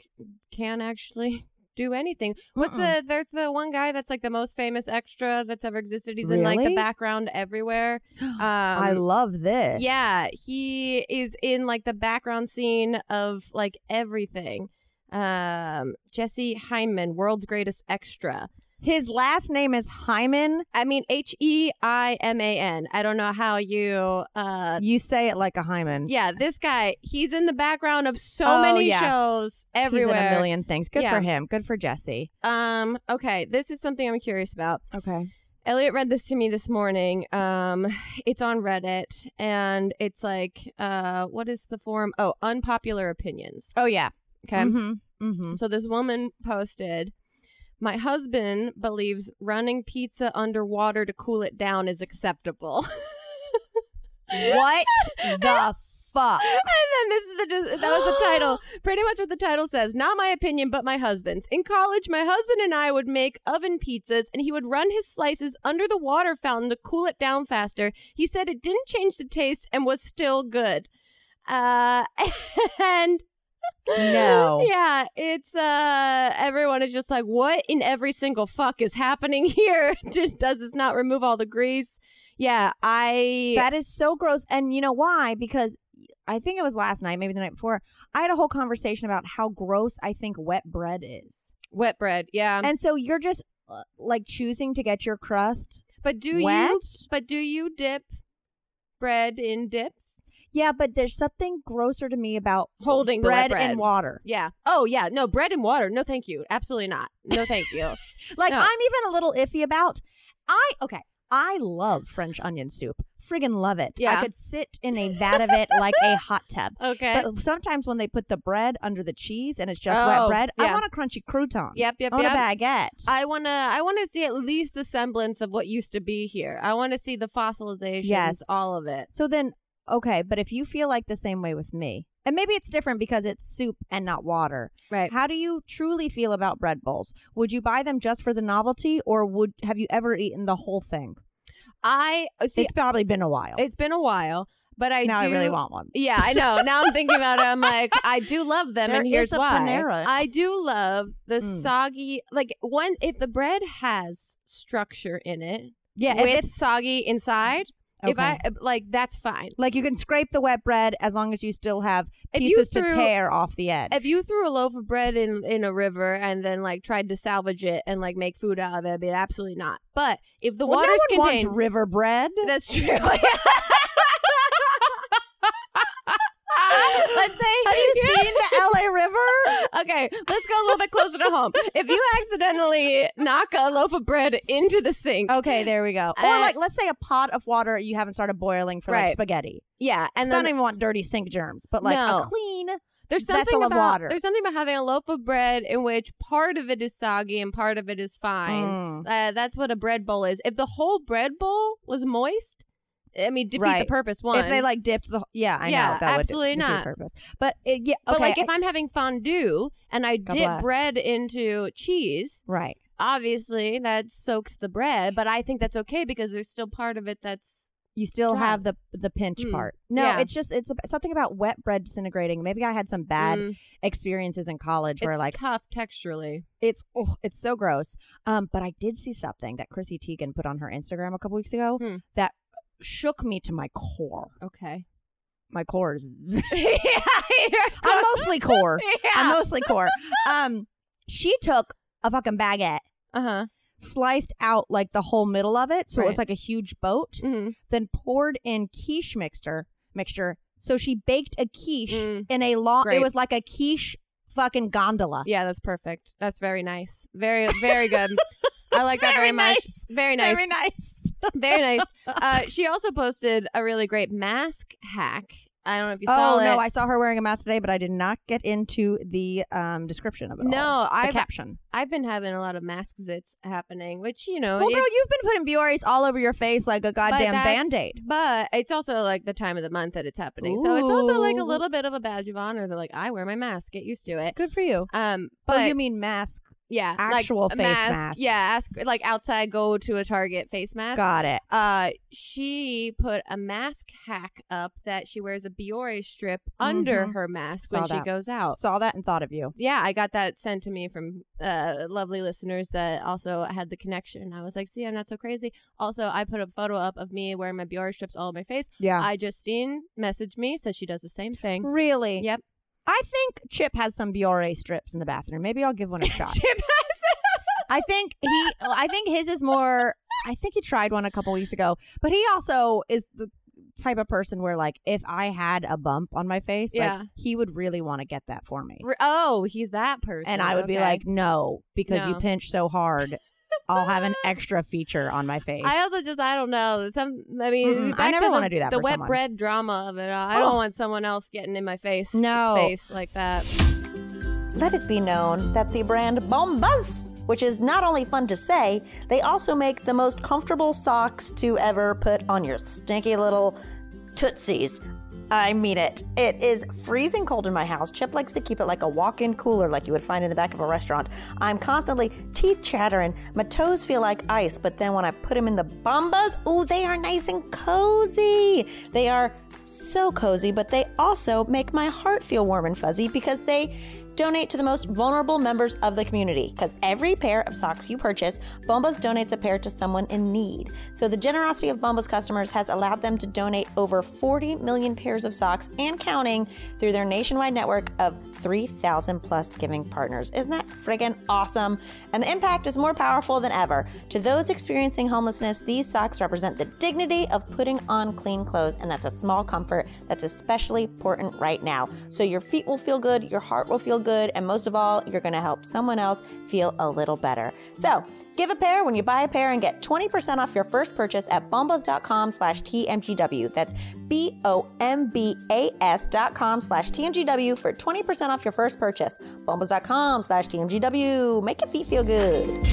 Speaker 2: can actually do anything. What's
Speaker 3: Mm-mm.
Speaker 2: the? There's the one guy that's like the most famous extra that's ever existed. He's in like
Speaker 3: Really?
Speaker 2: the background everywhere. Um,
Speaker 3: I love this.
Speaker 2: Yeah, he is in like the background scene of like everything. Um, Jesse Hyman, world's greatest extra.
Speaker 3: His last name is Hyman.
Speaker 2: I mean, H E I M A N. I don't know how you. Uh,
Speaker 3: You say it like a Hyman.
Speaker 2: yeah, this guy, he's in the background of so
Speaker 3: Oh,
Speaker 2: many
Speaker 3: yeah.
Speaker 2: shows
Speaker 3: He's in
Speaker 2: everywhere.
Speaker 3: a million things. Good
Speaker 2: Yeah.
Speaker 3: for him. Good for Jesse.
Speaker 2: Um, okay, this is something I'm curious about.
Speaker 3: Okay.
Speaker 2: Elliot read this to me this morning. Um, it's on Reddit, and it's like, uh, what is the forum? Oh, unpopular opinions.
Speaker 3: Oh yeah.
Speaker 2: Okay.
Speaker 3: Mm-hmm. Mm-hmm.
Speaker 2: So this woman posted, "My husband believes running pizza underwater to cool it down is acceptable."
Speaker 3: What the fuck?
Speaker 2: And then this is the that was the title. Pretty much what the title says. Not my opinion, but my husband's. In college, my husband and I would make oven pizzas, and he would run his slices under the water fountain to cool it down faster. He said it didn't change the taste and was still good. Uh, and
Speaker 3: No.
Speaker 2: yeah, it's uh everyone is just like, what in every single fuck is happening here? Just does this not remove all the grease? Yeah, I
Speaker 3: That is so gross. And you know why? Because I think it was last night, maybe the night before. I had a whole conversation about how gross I think wet bread is.
Speaker 2: wet bread. Yeah,
Speaker 3: and so you're just uh, like choosing to get your crust
Speaker 2: but do
Speaker 3: wet.
Speaker 2: you? But do you dip bread in dips?
Speaker 3: Yeah, but there's something grosser to me about
Speaker 2: Holding the wet
Speaker 3: bread, and
Speaker 2: bread.
Speaker 3: water.
Speaker 2: Yeah. Oh yeah. No bread and water. No, thank you. Absolutely not. No, thank you.
Speaker 3: Like
Speaker 2: No.
Speaker 3: I'm even a little iffy about. I okay. I love French onion soup. Friggin' love it. I
Speaker 2: Yeah.
Speaker 3: could sit in a vat of it like a hot tub.
Speaker 2: Okay.
Speaker 3: But sometimes when they put the bread under the cheese and it's just
Speaker 2: Oh,
Speaker 3: wet bread, I
Speaker 2: yeah.
Speaker 3: want a crunchy crouton.
Speaker 2: yep. Yep.
Speaker 3: I want
Speaker 2: yep.
Speaker 3: a baguette.
Speaker 2: I wanna, I wanna see at least the semblance of what used to be here. I wanna see the fossilizations,
Speaker 3: Yes.
Speaker 2: all of it.
Speaker 3: so then, okay, but if you feel like the same way with me, and maybe it's different because it's soup and not water.
Speaker 2: Right.
Speaker 3: How do you truly feel about bread bowls? Would you buy them just for the novelty, or would have you ever eaten the whole thing?
Speaker 2: I see.
Speaker 3: it's probably been a while.
Speaker 2: It's been a while, but I
Speaker 3: now
Speaker 2: do.
Speaker 3: I really want one.
Speaker 2: Yeah, I know. Now I'm thinking about it. I'm like, I do love them,
Speaker 3: There
Speaker 2: and
Speaker 3: is
Speaker 2: here's
Speaker 3: a
Speaker 2: why.
Speaker 3: Panera.
Speaker 2: I do love the
Speaker 3: Mm.
Speaker 2: soggy, like one. If the bread has structure in it,
Speaker 3: Yeah, if
Speaker 2: with
Speaker 3: it's
Speaker 2: soggy inside, if
Speaker 3: okay.
Speaker 2: I uh, like, that's fine.
Speaker 3: like you can scrape the wet bread as long as you still have
Speaker 2: If you
Speaker 3: pieces to
Speaker 2: threw-
Speaker 3: tear off the edge.
Speaker 2: If you threw a loaf of bread in in a river and then like tried to salvage it and like make food out of it, I'd be absolutely not. But if the
Speaker 3: well, no
Speaker 2: water's
Speaker 3: one
Speaker 2: contained,
Speaker 3: wants river bread.
Speaker 2: that's true. Let's say
Speaker 3: Have you seen the LA River?
Speaker 2: Okay, let's go a little bit closer to home. If you accidentally knock a loaf of bread into the sink,
Speaker 3: Okay, there we go. Or
Speaker 2: Uh,
Speaker 3: like, let's say a pot of water you haven't started boiling for like
Speaker 2: Right.
Speaker 3: spaghetti.
Speaker 2: yeah, and
Speaker 3: And I
Speaker 2: then
Speaker 3: don't even want dirty sink germs, but like a
Speaker 2: No.
Speaker 3: clean.
Speaker 2: there's
Speaker 3: vessel
Speaker 2: something
Speaker 3: of
Speaker 2: about
Speaker 3: water.
Speaker 2: there's something about having a loaf of bread in which part of it is soggy and part of it is fine.
Speaker 3: Mm.
Speaker 2: Uh, that's what a bread bowl is. If the whole bread bowl was moist, I mean, defeat the
Speaker 3: Right.
Speaker 2: purpose. One,
Speaker 3: If they like dipped the yeah, I know
Speaker 2: Yeah,
Speaker 3: that would
Speaker 2: absolutely
Speaker 3: defeat
Speaker 2: not.
Speaker 3: purpose. But it, yeah, okay,
Speaker 2: but like if
Speaker 3: I-
Speaker 2: I'm having fondue and I dip
Speaker 3: bless.
Speaker 2: bread into cheese,
Speaker 3: right,
Speaker 2: obviously that soaks the bread. But I think that's okay because there's still part of it that's
Speaker 3: you still
Speaker 2: Dry.
Speaker 3: have the the pinch
Speaker 2: Mm,
Speaker 3: part. No,
Speaker 2: yeah.
Speaker 3: it's just it's ab- something about wet bread disintegrating. Maybe I had some bad
Speaker 2: Mm,
Speaker 3: experiences in college where
Speaker 2: it's
Speaker 3: like
Speaker 2: tough texturally.
Speaker 3: it's oh, it's so gross. Um, but I did see something that Chrissy Teigen put on her Instagram a couple weeks ago
Speaker 2: Hmm.
Speaker 3: that shook me to my core.
Speaker 2: Okay.
Speaker 3: My core is
Speaker 2: yeah,
Speaker 3: I'm mostly core. I'm mostly core. Um, she took a fucking baguette.
Speaker 2: uh huh.
Speaker 3: Sliced out like the whole middle of it, so it was
Speaker 2: Right.
Speaker 3: like a huge boat,
Speaker 2: Mm-hmm.
Speaker 3: then poured in quiche mixture mixture. So she baked a quiche
Speaker 2: Mm.
Speaker 3: in a long. It
Speaker 2: Great.
Speaker 3: was like a quiche fucking gondola.
Speaker 2: Yeah, that's perfect. That's very nice. Very, very good. I like that very,
Speaker 3: Very
Speaker 2: much. Very nice.
Speaker 3: Very nice.
Speaker 2: Very nice. Uh, she also posted a really great mask hack. I don't know if you saw
Speaker 3: oh
Speaker 2: it.
Speaker 3: no, I saw her wearing a mask today, but I did not get into the um, description of it. all.
Speaker 2: no,
Speaker 3: the
Speaker 2: I've
Speaker 3: caption.
Speaker 2: I've been having a lot of mask zits happening, which you know.
Speaker 3: Well, girl,
Speaker 2: it's-
Speaker 3: you've been putting Biorys all over your face like a
Speaker 2: but
Speaker 3: goddamn
Speaker 2: that's-
Speaker 3: band aid.
Speaker 2: But it's also like the time of the month that it's happening, so it's also like a
Speaker 3: Ooh.
Speaker 2: little bit of a badge of honor. They're like, I wear my mask. Get used to it.
Speaker 3: Good for you.
Speaker 2: Um, but
Speaker 3: But you mean mask?
Speaker 2: Yeah,
Speaker 3: Actual
Speaker 2: like, a
Speaker 3: face
Speaker 2: mask,
Speaker 3: mask.
Speaker 2: Yeah, ask like outside go to a Target face mask.
Speaker 3: Got it.
Speaker 2: Uh, she put a mask hack up that she wears a Biore strip under
Speaker 3: Mhm.
Speaker 2: her mask
Speaker 3: Saw
Speaker 2: when she
Speaker 3: that.
Speaker 2: goes out.
Speaker 3: Saw that and thought of you.
Speaker 2: Yeah, I got that sent to me from uh, lovely listeners that also had the connection. I was like, "See, I'm not so crazy." Also, I put a photo up of me wearing my Biore strips all over my face.
Speaker 3: Yeah.
Speaker 2: I Justine messaged me says she does the same
Speaker 3: Mm,
Speaker 2: thing.
Speaker 3: really?
Speaker 2: Yep.
Speaker 3: I think Chip has some Biore strips in the bathroom. Maybe I'll give one a shot.
Speaker 2: Chip
Speaker 3: I think he. I think his is more. I think he tried one a couple weeks ago, but he also is the type of person where, like, if I had a bump on my face,
Speaker 2: Yeah.
Speaker 3: like, he would really want to get that for me,
Speaker 2: has- oh, he's that person.
Speaker 3: and I would be
Speaker 2: Okay.
Speaker 3: like, no, because you
Speaker 2: No.
Speaker 3: pinch so hard, I'll have an extra feature on my face.
Speaker 2: I also just I don't know. Some I mean,
Speaker 3: Mm-mm. I
Speaker 2: back
Speaker 3: never
Speaker 2: to
Speaker 3: wanna
Speaker 2: the-
Speaker 3: do that
Speaker 2: The
Speaker 3: for
Speaker 2: wet
Speaker 3: someone.
Speaker 2: bread drama of it. all. I
Speaker 3: Ugh.
Speaker 2: don't want someone else getting in my face.
Speaker 3: No.
Speaker 2: space like that.
Speaker 1: Let it be known that the brand Bombas, which is not only fun to say, they also make the most comfortable socks to ever put on your stinky little tootsies.
Speaker 5: I mean it.
Speaker 1: It is freezing cold in my house. Chip likes to keep it like a walk in cooler, like you would find in the back of a restaurant. I'm constantly teeth chattering. My toes feel like ice, but then when I put them in the bombas, ooh, they are nice and cozy. They are so cozy, but they also make my heart feel warm and fuzzy because they donate to the most vulnerable members of the community because every pair of socks you purchase bombas donates a pair to someone in need so the generosity of bombas customers has allowed them to donate over 40 million pairs of socks and counting through their nationwide network of 3000 plus giving partners isn't that friggin awesome and the impact is more powerful than ever to those experiencing homelessness these socks represent the dignity of putting on clean clothes and that's a small comfort that's especially important right now so your feet will feel good your heart will feel good good, and most of all, you're going to help someone else feel a little better. So, give a pair when you buy a pair and get 20% off your first purchase at bombas.com slash TMGW. That's B-O-M-B-A-S dot com slash TMGW for 20% off your first purchase. Bombas.com slash TMGW. Make your feet feel good.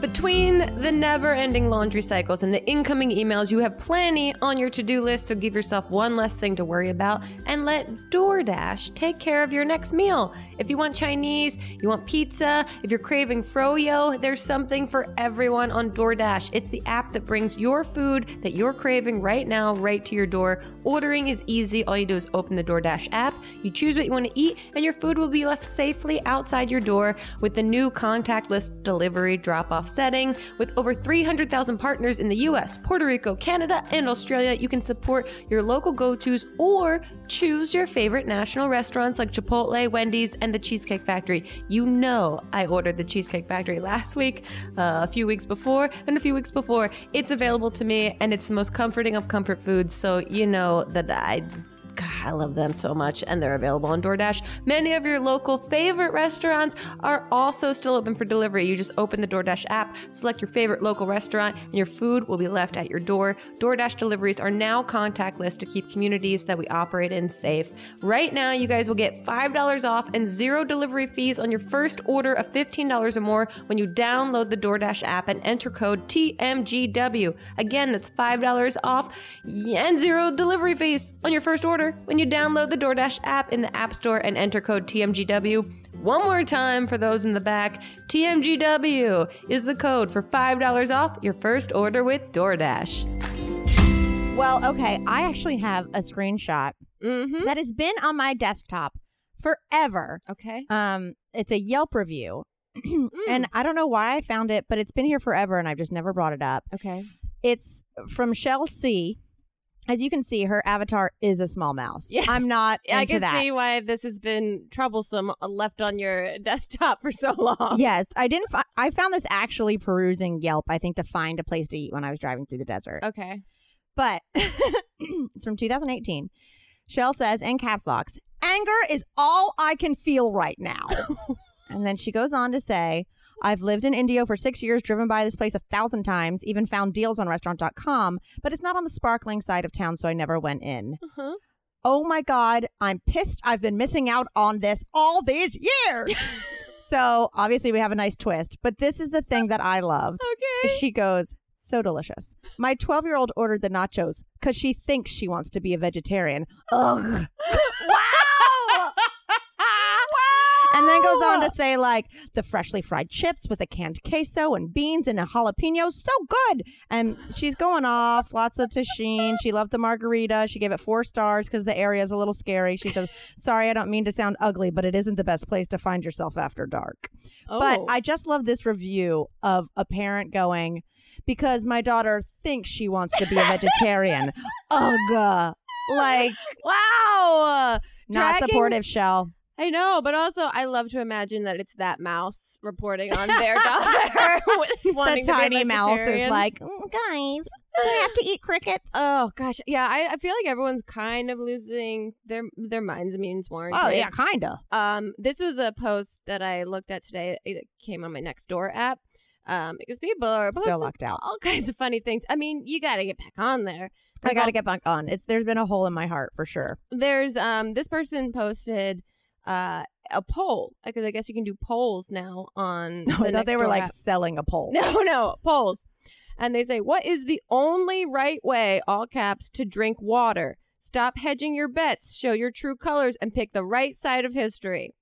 Speaker 4: Between the never ending laundry cycles and the incoming emails, you have plenty on your to do list, so give yourself one less thing to worry about and let DoorDash take care of your next meal. If you want Chinese, you want pizza, if you're craving froyo, there's something for everyone on DoorDash. It's the app that brings your food that you're craving right now right to your door. Ordering is easy. All you do is open the DoorDash app, you choose what you want to eat, and your food will be left safely outside your door with the new contactless delivery drop off setting. With over 300,000 partners in the US, Puerto Rico, Canada, and Australia, you can support your local go tos or choose your favorite national restaurants like Chipotle, Wendy's, and the Cheesecake Factory. You know, I ordered the Cheesecake Factory last week, uh, a few weeks before, and a few weeks before. It's available to me, and it's the most comforting of comfort foods, so you know that I God, I love them so much, and they're available on DoorDash. Many of your local favorite restaurants are also still open for delivery. You just open the DoorDash app, select your favorite local restaurant, and your food will be left at your door. DoorDash deliveries are now contactless to keep communities that we operate in safe. Right now, you guys will get $5 off and zero delivery fees on your first order of $15 or more when you download the DoorDash app and enter code TMGW. Again, that's $5 off and zero delivery fees on your first order when you download the DoorDash app in the App Store and enter code TMGW. One more time for those in the back TMGW is the code for $5 off your first order with DoorDash.
Speaker 3: Well, okay. I actually have a screenshot
Speaker 2: Mm-hmm.
Speaker 3: that has been on my desktop forever.
Speaker 2: Okay.
Speaker 3: Um, it's a Yelp review.
Speaker 2: Mm.
Speaker 3: And I don't know why I found it, but it's been here forever and I've just never brought it up.
Speaker 2: Okay.
Speaker 3: It's from Shell C. As you can see, her avatar is a small mouse.
Speaker 2: Yes.
Speaker 3: I'm not into
Speaker 2: I can
Speaker 3: that.
Speaker 2: see why this has been troublesome uh, left on your desktop for so long.
Speaker 3: Yes, I didn't. Fi- I found this actually perusing Yelp, I think, to find a place to eat when I was driving through the desert.
Speaker 2: Okay.
Speaker 3: But it's from 2018. Shell says in caps locks, anger is all I can feel right now. and then she goes on to say, I've lived in Indio for six years, driven by this place a thousand times, even found deals on restaurant.com, but it's not on the sparkling side of town, so I never went in.
Speaker 2: Uh-huh.
Speaker 3: Oh my God, I'm pissed. I've been missing out on this all these years. so obviously, we have a nice twist, but this is the thing that I loved.
Speaker 2: Okay.
Speaker 3: She goes, so delicious. My 12 year old ordered the nachos because she thinks she wants to be a vegetarian. Ugh. wow. And then goes on to say, like, the freshly fried chips with a canned queso and beans and a jalapeno, so good. And she's going off, lots of tashine. She loved the margarita. She gave it four stars because the area is a little scary. She says, Sorry, I don't mean to sound ugly, but it isn't the best place to find yourself after dark. But
Speaker 2: Oh.
Speaker 3: I just love this review of a parent going, because my daughter thinks she wants to be a vegetarian. Ugh. uh, Like,
Speaker 2: Wow.
Speaker 3: not
Speaker 2: Dragging-
Speaker 3: supportive, Shell.
Speaker 2: I know, but also I love to imagine that it's that mouse reporting on their daughter
Speaker 3: The
Speaker 2: wanting to be a
Speaker 3: tiny mouse is
Speaker 2: vegetarian.
Speaker 3: like, "Mm, guys, do I have to eat crickets?
Speaker 2: Oh gosh, yeah. I, I feel like everyone's kind of losing their their minds. I mean, it's warranted.
Speaker 3: oh, yeah, kind of.
Speaker 2: Um, this was a post that I looked at today. It came on my next door app. Um, because people are
Speaker 3: Still
Speaker 2: posting
Speaker 3: locked out.
Speaker 2: all kinds of funny things. I mean, you got to get back on there.
Speaker 3: I
Speaker 2: There's
Speaker 3: got to get back on. It's, there's been a hole in my heart for sure.
Speaker 2: there's um this person posted uh a poll because I guess you can do polls now on.
Speaker 3: I
Speaker 2: the
Speaker 3: thought they
Speaker 2: Nextdoor
Speaker 3: were like
Speaker 2: app.
Speaker 3: selling a pole.
Speaker 2: No, no, polls. And they say, What is the only right way, all caps, to drink water? Stop hedging your bets, show your true colors, and pick the right side of history.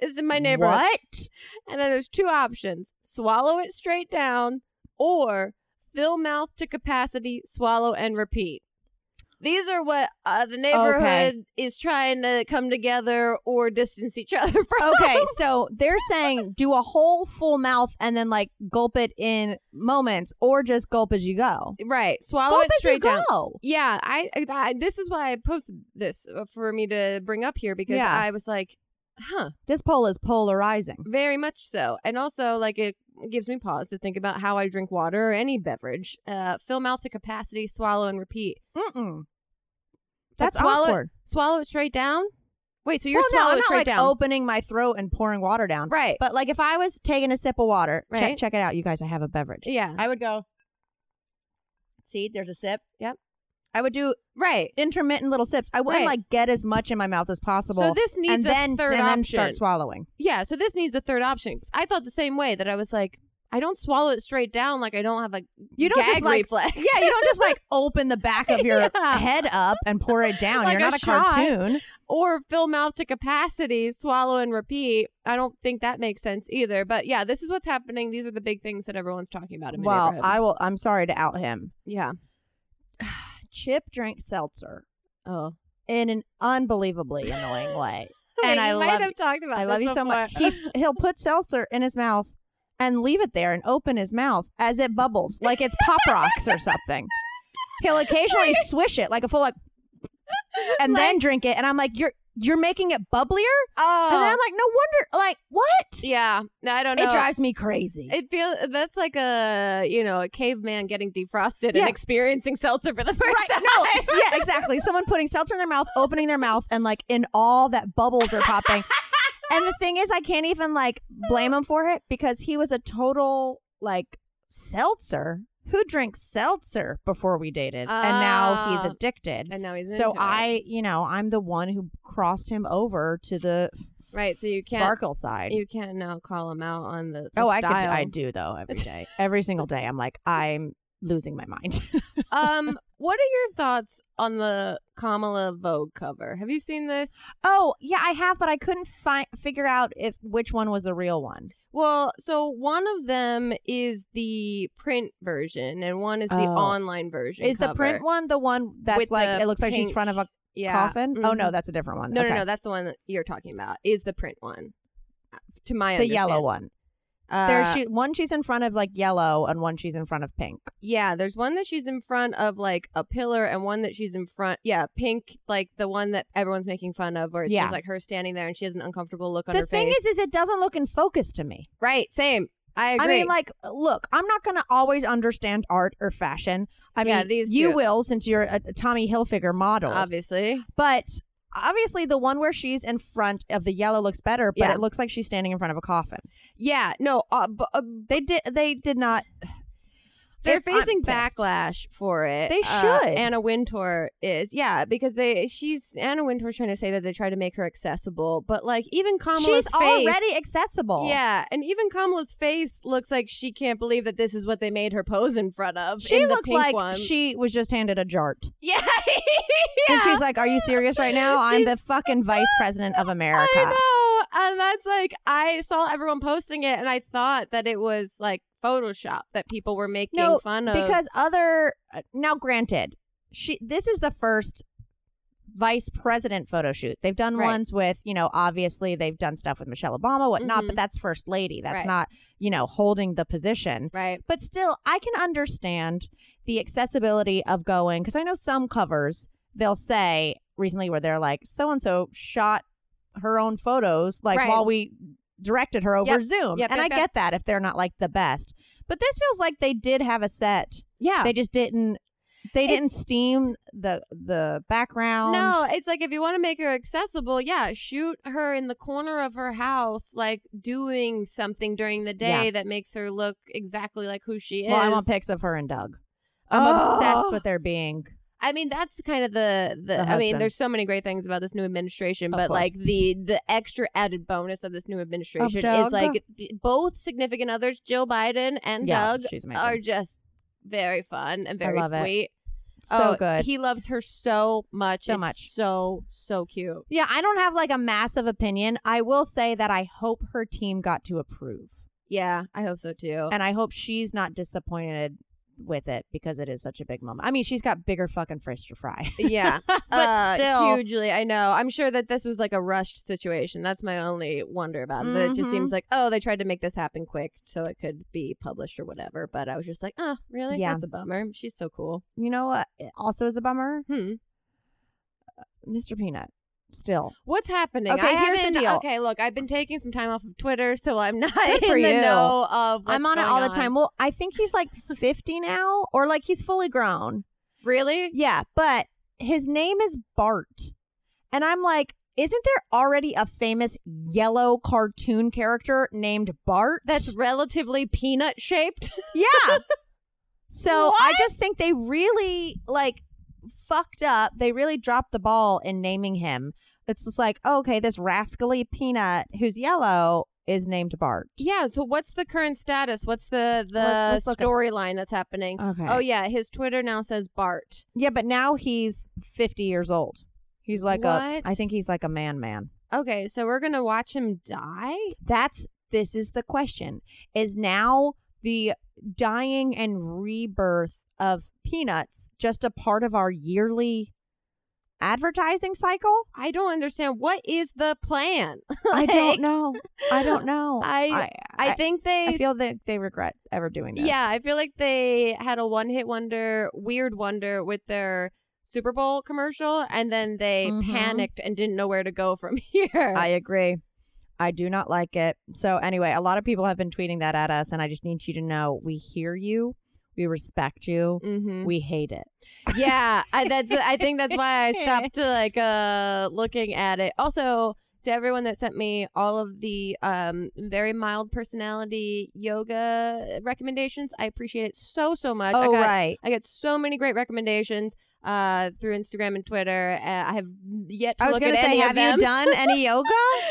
Speaker 2: This is in my neighborhood.
Speaker 3: What?
Speaker 2: And then there's two options swallow it straight down, or fill mouth to capacity, swallow and repeat. These are what uh, the neighborhood is trying to come together or distance each other from.
Speaker 3: Okay, so they're saying do a whole full mouth and then like gulp it in moments, or just gulp as you go.
Speaker 2: Right. Swallow it
Speaker 3: Gulp as you
Speaker 2: straight down.
Speaker 3: go.
Speaker 2: Yeah, I, I- I this is why I posted this uh, for me to bring up here because
Speaker 3: Yeah.
Speaker 2: I was like, huh,
Speaker 3: This poll is polarizing.
Speaker 2: very much so. And also like it gives me pause to think about how I drink water or any beverage. Uh fill mouth to capacity, swallow and repeat.
Speaker 3: Mm-mm.
Speaker 2: But
Speaker 3: That's
Speaker 2: swallow,
Speaker 3: awkward.
Speaker 2: Swallow it straight down? Wait, so you're
Speaker 3: well, no,
Speaker 2: swallowing it
Speaker 3: I'm not
Speaker 2: straight
Speaker 3: like
Speaker 2: down.
Speaker 3: opening my throat and pouring water down.
Speaker 2: right.
Speaker 3: But like if I was taking a sip of water,
Speaker 2: Right.
Speaker 3: check check it out, you guys. I have a beverage.
Speaker 2: yeah.
Speaker 3: I would go. See, there's a sip.
Speaker 2: Yep.
Speaker 3: I would do
Speaker 2: Right.
Speaker 3: intermittent little sips. I wouldn't
Speaker 2: Right.
Speaker 3: like get as much in my mouth as possible.
Speaker 2: So this needs
Speaker 3: and
Speaker 2: a
Speaker 3: then
Speaker 2: third
Speaker 3: and then
Speaker 2: option.
Speaker 3: start swallowing.
Speaker 2: yeah, so this needs a third option. 'Cause I felt the same way that I was like, I don't swallow it straight down like I don't have a
Speaker 3: You don't
Speaker 2: gag
Speaker 3: just like
Speaker 2: reflex.
Speaker 3: yeah, you don't just like open the back of your
Speaker 2: Yeah.
Speaker 3: head up and pour it down.
Speaker 2: Like
Speaker 3: You're
Speaker 2: a
Speaker 3: not a,
Speaker 2: shot.
Speaker 3: cartoon.
Speaker 2: or fill mouth to capacity, swallow and repeat. I don't think that makes sense either. But yeah, this is what's happening. These are the big things that everyone's talking about in my
Speaker 3: Well,
Speaker 2: neighborhood.
Speaker 3: I will. I'm sorry to out him.
Speaker 2: yeah.
Speaker 3: Chip drank seltzer
Speaker 2: Oh,
Speaker 3: in an unbelievably annoying way, and
Speaker 2: Wait,
Speaker 3: I
Speaker 2: you might
Speaker 3: love.
Speaker 2: have talked about.
Speaker 3: I love
Speaker 2: this
Speaker 3: you so
Speaker 2: before.
Speaker 3: much. He f- he'll put seltzer in his mouth and leave it there and open his mouth as it bubbles, like it's pop rocks or something. He'll occasionally swish it like a full like, and then drink it. And I'm like, you're you're making it bubblier.
Speaker 2: oh,
Speaker 3: And then I'm like, no wonder. Like what?
Speaker 2: yeah. No, I don't know.
Speaker 3: It drives me crazy.
Speaker 2: It feels that's like a you know a caveman getting defrosted
Speaker 3: Yeah.
Speaker 2: and experiencing seltzer for the first
Speaker 3: Right.
Speaker 2: time.
Speaker 3: No. it's- Yeah, exactly. Someone putting seltzer in their mouth, opening their mouth, and like in all that bubbles are popping. and the thing is, I can't even like blame him for it because he was a total like seltzer. Who drinks seltzer before we dated? and now he's
Speaker 2: Ah.
Speaker 3: addicted.
Speaker 2: and now he's
Speaker 3: So
Speaker 2: into it.
Speaker 3: I, you know, I'm the one who crossed him over to the
Speaker 2: right. So you can't
Speaker 3: sparkle side.
Speaker 2: you can't now call him out on the, the
Speaker 3: oh, I could,
Speaker 2: style.
Speaker 3: I do though every day, every single day. I'm like, I'm losing my mind.
Speaker 2: um, what are your thoughts on the Kamala Vogue cover? Have you seen this?
Speaker 3: Oh, yeah, I have, but I couldn't find figure out if which one was the real one.
Speaker 2: Well, so one of them is the print version, and one is the
Speaker 3: Oh.
Speaker 2: online version.
Speaker 3: Is the print
Speaker 2: cover.
Speaker 3: one the one that's
Speaker 2: With
Speaker 3: like
Speaker 2: the
Speaker 3: it looks like she's
Speaker 2: pink-
Speaker 3: in front of a
Speaker 2: yeah.
Speaker 3: coffin? Oh no,
Speaker 2: Mhm.
Speaker 3: that's a different one.
Speaker 2: no,
Speaker 3: Okay.
Speaker 2: no, no. That's the one that you're talking about. Is the print one? To my
Speaker 3: the yellow
Speaker 2: understanding.
Speaker 3: one.
Speaker 2: Uh,
Speaker 3: There's she one she's in front of like yellow and one she's in front of pink.
Speaker 2: Yeah, there's one that she's in front of like a pillar and one that she's in front yeah, pink, like the one that everyone's making fun of where it's
Speaker 3: Yeah.
Speaker 2: just like her standing there and she has an uncomfortable look on
Speaker 3: The
Speaker 2: her
Speaker 3: thing
Speaker 2: face.
Speaker 3: is is it doesn't look in focus to me.
Speaker 2: right, same. I agree.
Speaker 3: I mean like look, I'm not going to always understand art or fashion. I
Speaker 2: Yeah,
Speaker 3: mean
Speaker 2: these
Speaker 3: you
Speaker 2: two.
Speaker 3: will since you're a, a Tommy Hilfiger model.
Speaker 2: obviously.
Speaker 3: but obviously the one where she's in front of the yellow looks better, but
Speaker 2: Yeah.
Speaker 3: it looks like she's standing in front of a coffin.
Speaker 2: Yeah, no, uh, b- uh,
Speaker 3: They did. They did not.
Speaker 2: they're
Speaker 3: If I'm
Speaker 2: facing
Speaker 3: pissed.
Speaker 2: backlash for it.
Speaker 3: They
Speaker 2: Uh,
Speaker 3: should.
Speaker 2: Anna Wintour is. Yeah, because they she's Anna Wintour's trying to say that they try to make her accessible, but like even Kamala's
Speaker 3: She's
Speaker 2: face,
Speaker 3: already accessible.
Speaker 2: Yeah, and even Kamala's face looks like she can't believe that this is what they made her pose in front of.
Speaker 3: She
Speaker 2: in the
Speaker 3: looks
Speaker 2: pink
Speaker 3: like
Speaker 2: one.
Speaker 3: she was just handed a jart.
Speaker 2: Yeah.
Speaker 3: And she's like, "Are you serious right now? I'm the
Speaker 2: She's-
Speaker 3: fucking vice president of America."
Speaker 2: I know. And that's like, I saw everyone posting it and I thought that it was like Photoshop that people were making
Speaker 3: No,
Speaker 2: fun of.
Speaker 3: Because other uh, now, granted, she this is the first vice president photo shoot. They've done
Speaker 2: Right.
Speaker 3: ones with you know, obviously they've done stuff with Michelle Obama, whatnot,
Speaker 2: Mhm.
Speaker 3: but that's first lady. That's
Speaker 2: Right.
Speaker 3: not you know holding the position.
Speaker 2: right.
Speaker 3: But still, I can understand the accessibility of going because I know some covers they'll say recently where they're like, so and so shot her own photos like
Speaker 2: Right.
Speaker 3: while we directed her over
Speaker 2: Yep.
Speaker 3: Zoom.
Speaker 2: Yep,
Speaker 3: and
Speaker 2: yep,
Speaker 3: I
Speaker 2: yep.
Speaker 3: get that if they're not like the best. But this feels like they did have a set.
Speaker 2: Yeah.
Speaker 3: They just didn't they didn't steam the the background.
Speaker 2: No, it's like if you want to make her accessible, yeah, shoot her in the corner of her house, like doing something during the day that makes her look exactly like who she is. Oh.
Speaker 3: Well, I want pics of her and Doug. I'm obsessed with their being
Speaker 2: I mean, that's kind of the, the,
Speaker 3: The
Speaker 2: I mean,
Speaker 3: husband.
Speaker 2: there's so many great things about this new administration,
Speaker 3: Of
Speaker 2: but like
Speaker 3: course.
Speaker 2: the the extra added bonus of this new administration
Speaker 3: Doug.
Speaker 2: is like th- both significant others, Joe Biden and
Speaker 3: yeah,
Speaker 2: Doug,
Speaker 3: she's amazing.
Speaker 2: are just very fun and very
Speaker 3: love it.
Speaker 2: sweet.
Speaker 3: So
Speaker 2: Oh,
Speaker 3: good.
Speaker 2: He loves her so much.
Speaker 3: So
Speaker 2: It's
Speaker 3: much.
Speaker 2: So so cute.
Speaker 3: yeah, I don't have like a massive opinion. I will say that I hope her team got to approve.
Speaker 2: Yeah, I hope so too.
Speaker 3: And I hope she's not disappointed with it because it is such a big moment. I mean, she's got bigger fucking fish to fry.
Speaker 2: yeah,
Speaker 3: but
Speaker 2: uh,
Speaker 3: still,
Speaker 2: hugely. I know. I'm sure that this was like a rushed situation. That's my only wonder about it. That It just
Speaker 3: Mhm.
Speaker 2: seems like oh, they tried to make this happen quick so it could be published or whatever. But I was just like, oh, really?
Speaker 3: Yeah.
Speaker 2: That's a bummer. She's so cool.
Speaker 3: you know what also is a bummer?
Speaker 2: Hmm.
Speaker 3: Mr. Peanut. Still.
Speaker 2: What's happening?
Speaker 3: Okay,
Speaker 2: I
Speaker 3: here's the
Speaker 2: haven't-
Speaker 3: deal.
Speaker 2: Okay, look, I've been taking some time off of Twitter, so I'm not
Speaker 3: Good
Speaker 2: in
Speaker 3: for
Speaker 2: the
Speaker 3: you.
Speaker 2: know of. what's
Speaker 3: I'm on it
Speaker 2: going
Speaker 3: all the time. Well, I think he's like 50 now or like he's fully grown.
Speaker 2: Really?
Speaker 3: Yeah, but his name is Bart. And I'm like, isn't there already a famous yellow cartoon character named Bart?
Speaker 2: That's relatively peanut shaped.
Speaker 3: yeah. so I just think they really like fucked up. They really dropped the ball in naming him. It's just like, oh, okay, this rascally peanut who's yellow is named Bart.
Speaker 2: Yeah. So what's the current status? What's the the
Speaker 3: Let's- let's look at-
Speaker 2: storyline that's happening?
Speaker 3: Okay.
Speaker 2: Oh yeah, his Twitter now says Bart.
Speaker 3: yeah, but now he's 50 years old. He's like a
Speaker 2: What?
Speaker 3: I think he's like a man man.
Speaker 2: Okay, so we're gonna watch him die.
Speaker 3: That's this is the question. Is now the dying and rebirth of peanuts just a part of our yearly advertising cycle?
Speaker 2: I don't understand. What is the plan?
Speaker 3: I
Speaker 2: Like,
Speaker 3: don't know. I don't know.
Speaker 2: I- I, think they.
Speaker 3: I feel that they regret ever doing this.
Speaker 2: Yeah, I feel like they had a one-hit wonder, weird wonder with their Super Bowl commercial, and then they
Speaker 3: Mhm.
Speaker 2: panicked and didn't know where to go from here.
Speaker 3: I agree. I do not like it. So anyway, a lot of people have been tweeting that at us and I just need you to know we hear you. We respect you.
Speaker 2: hmm
Speaker 3: We hate it.
Speaker 2: yeah, I, that's. I think that's why I stopped to like uh looking at it. Also, to everyone that sent me all of the um very mild personality yoga recommendations, I appreciate it so so much. I
Speaker 3: oh
Speaker 2: got-
Speaker 3: right.
Speaker 2: I get so many great recommendations uh, through Instagram and Twitter. Uh, I have yet to
Speaker 3: I was
Speaker 2: look
Speaker 3: going
Speaker 2: at
Speaker 3: to say
Speaker 2: any
Speaker 3: have
Speaker 2: of
Speaker 3: you
Speaker 2: them.
Speaker 3: done any yoga?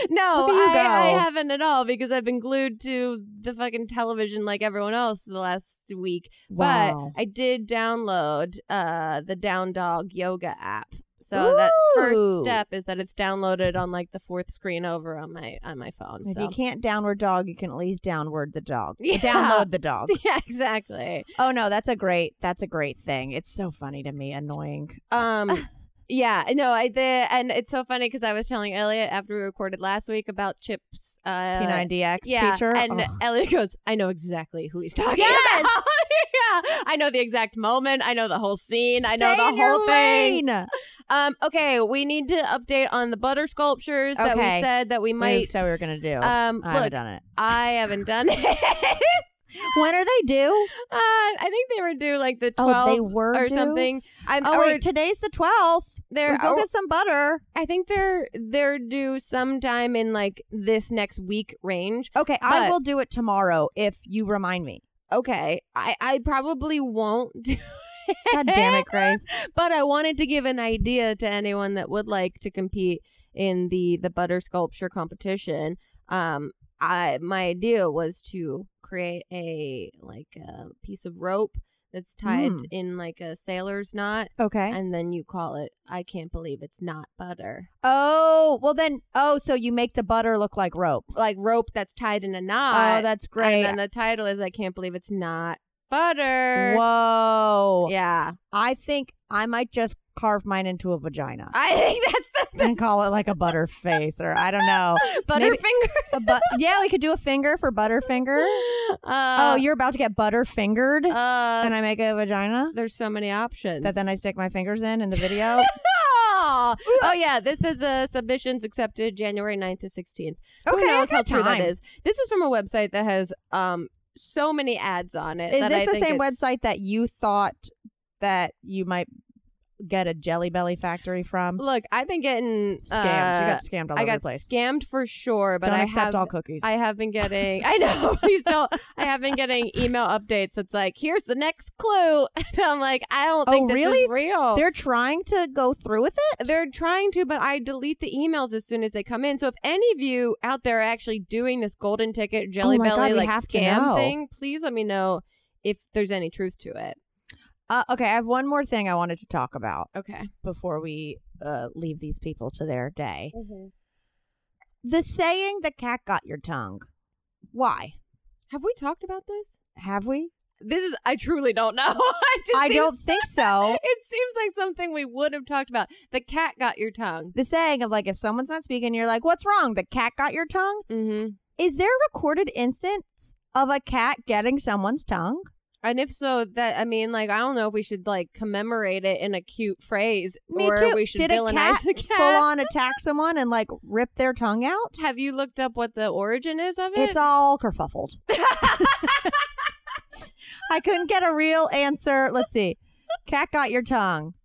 Speaker 2: no,
Speaker 3: Look at you
Speaker 2: I, I
Speaker 3: go.
Speaker 2: haven't at all because I've been glued to the fucking television like everyone else the last week.
Speaker 3: Wow.
Speaker 2: But I did download uh, the Down Dog Yoga app. So that first
Speaker 3: Ooh.
Speaker 2: step is that it's downloaded on like the fourth screen over on my on my phone.
Speaker 3: If
Speaker 2: so.
Speaker 3: you can't downward dog, you can at least downward the dog.
Speaker 2: Yeah.
Speaker 3: Download the dog.
Speaker 2: yeah, exactly.
Speaker 3: Oh no, that's a great that's a great thing. It's so funny to me, annoying.
Speaker 2: Um, yeah, no, I the and it's so funny because I was telling Elliot after we recorded last week about Chip's uh,
Speaker 3: P9DX
Speaker 2: yeah,
Speaker 3: teacher.
Speaker 2: and
Speaker 3: Ugh.
Speaker 2: Elliot goes, "I know exactly who he's talking
Speaker 3: Yes!
Speaker 2: about. yeah, I know the exact moment. I know the whole scene. I know
Speaker 3: Stay in
Speaker 2: the
Speaker 3: your
Speaker 2: whole thing.
Speaker 3: lane.
Speaker 2: Um, okay, we need to update on the butter sculptures that we
Speaker 3: Okay.
Speaker 2: said that we
Speaker 3: Might,
Speaker 2: might.
Speaker 3: so we were gonna do.
Speaker 2: Um,
Speaker 3: I haven't
Speaker 2: look,
Speaker 3: done it.
Speaker 2: I haven't done it.
Speaker 3: When are they due?
Speaker 2: uh, I think they were due like the
Speaker 3: Oh,
Speaker 2: twelfth
Speaker 3: they were
Speaker 2: or
Speaker 3: due?
Speaker 2: something. I'm
Speaker 3: Oh
Speaker 2: or
Speaker 3: wait, today's the twelfth.
Speaker 2: they're
Speaker 3: We go
Speaker 2: or-
Speaker 3: get some butter.
Speaker 2: I think they're they're due sometime in like this next week range.
Speaker 3: Okay, I
Speaker 2: But-
Speaker 3: will do it tomorrow if you remind me.
Speaker 2: Okay, I I probably won't, do it.
Speaker 3: God damn it, Grace.
Speaker 2: But I wanted to give an idea to anyone that would like to compete in the the butter sculpture competition. Um, I my idea was to create a like a piece of rope that's tied
Speaker 3: Mm.
Speaker 2: in like a sailor's knot,
Speaker 3: Okay.
Speaker 2: and then you call it. I can't believe it's not butter.
Speaker 3: Oh, well then oh, so you make the butter look like rope.
Speaker 2: Like rope that's tied in a knot.
Speaker 3: Oh, that's great.
Speaker 2: And then the title is I can't believe it's not butter.
Speaker 3: Whoa.
Speaker 2: Yeah.
Speaker 3: I think I might just carve mine into a vagina
Speaker 2: I think that's the best.
Speaker 3: and call it like a butterface, or I don't know. maybe-
Speaker 2: Butterfinger.
Speaker 3: A but yeah, we could do a finger for butterfinger. oh,
Speaker 2: Uh,
Speaker 3: you're about to get butterfingered
Speaker 2: uh,
Speaker 3: and I make a vagina
Speaker 2: there's so many options.
Speaker 3: that then I stick my fingers in in the video.
Speaker 2: Oh, oh yeah. This is uh, submissions accepted January 9th to 16th. Who
Speaker 3: Okay, I
Speaker 2: knows how
Speaker 3: got
Speaker 2: true that
Speaker 3: time.
Speaker 2: is? This is from a website that has um so many ads on it.
Speaker 3: Is
Speaker 2: that
Speaker 3: this
Speaker 2: I
Speaker 3: the
Speaker 2: think
Speaker 3: same
Speaker 2: it's-
Speaker 3: website that you thought that you might get a Jelly Belly factory from?
Speaker 2: Look, I've been getting
Speaker 3: Scammed.
Speaker 2: uh,
Speaker 3: you got scammed all
Speaker 2: I
Speaker 3: over
Speaker 2: got
Speaker 3: the place.
Speaker 2: scammed for sure, but
Speaker 3: don't
Speaker 2: I
Speaker 3: accept
Speaker 2: have
Speaker 3: all cookies.
Speaker 2: I have been getting. I know. Please don't. I have been getting email updates. That's like, here's the next clue. And I'm like, I don't
Speaker 3: Oh,
Speaker 2: think this
Speaker 3: really?
Speaker 2: is real. They're,
Speaker 3: They're trying to go through with it?
Speaker 2: trying to, but I delete the emails as soon as they come in. So if any of you out there are actually doing this golden ticket Jelly
Speaker 3: Oh my
Speaker 2: Belly
Speaker 3: God, we
Speaker 2: like
Speaker 3: have to
Speaker 2: scam
Speaker 3: know.
Speaker 2: thing, please let me know if there's any truth to it.
Speaker 3: Uh, okay, I have one more thing I wanted to talk about
Speaker 2: Okay.
Speaker 3: before we uh, leave these people to their day. The saying "the cat got your tongue." Why
Speaker 2: Have we talked about this?
Speaker 3: have we?
Speaker 2: This is I truly don't know. It just
Speaker 3: I
Speaker 2: seems-
Speaker 3: don't think so.
Speaker 2: It seems like something we would have talked about. The cat got your tongue.
Speaker 3: The saying of like if someone's not speaking, you're like, "What's wrong? The cat got your tongue."
Speaker 2: Mm-hmm.
Speaker 3: Is there a recorded instance of a cat getting someone's tongue?
Speaker 2: And if so, that I mean, like I don't know if we should like commemorate it in a cute phrase,
Speaker 3: Me
Speaker 2: or
Speaker 3: too.
Speaker 2: we should
Speaker 3: Did a
Speaker 2: villainize
Speaker 3: cat,
Speaker 2: the cat.
Speaker 3: full on attack someone and like rip their tongue out?
Speaker 2: Have you looked up what the origin is of it?
Speaker 3: It's all kerfuffled. I couldn't get a real answer. Let's see. Cat got your tongue.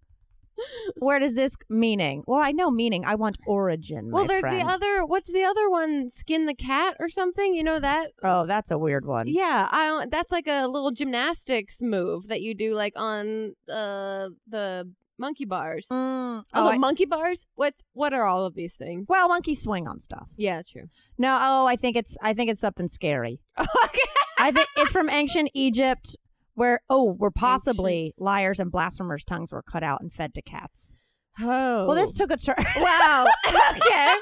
Speaker 3: Where does this meaning? Well, I know meaning. I want origin.
Speaker 2: well,
Speaker 3: my
Speaker 2: there's
Speaker 3: friend.
Speaker 2: the other. What's the other one? Skin the cat or something? You know that?
Speaker 3: Oh, that's a weird one.
Speaker 2: Yeah, I don't, that's like a little gymnastics move that you do like on uh, the monkey bars.
Speaker 3: Mm,
Speaker 2: Oh,
Speaker 3: oh, I-
Speaker 2: monkey bars? What? What are all of these things?
Speaker 3: well, monkeys swing on stuff.
Speaker 2: yeah, true.
Speaker 3: No, oh, I think it's I think it's something scary.
Speaker 2: okay.
Speaker 3: I think it's from ancient Egypt, where oh, where possibly liars and blasphemers' tongues were cut out and fed to cats.
Speaker 2: Oh.
Speaker 3: Well, this took a turn.
Speaker 2: Wow. okay.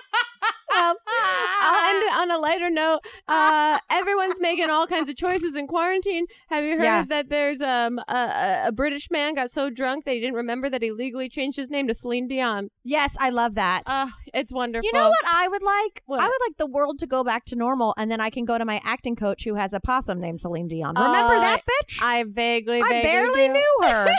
Speaker 2: Well, I'll end it on a lighter note. Uh, everyone's making all kinds of choices in quarantine. Have you heard
Speaker 3: Yeah.
Speaker 2: that there's um, a- a, a British man got so drunk that he didn't remember that he legally changed his name to Celine Dion?
Speaker 3: yes, I love that.
Speaker 2: Uh, it's wonderful.
Speaker 3: You know what I would like?
Speaker 2: What?
Speaker 3: I would like the world to go back to normal, and then I can go to my acting coach who has a possum named Celine Dion. Remember
Speaker 2: Uh,
Speaker 3: that bitch?
Speaker 2: I vaguely,
Speaker 3: I
Speaker 2: vaguely
Speaker 3: barely
Speaker 2: do.
Speaker 3: knew her.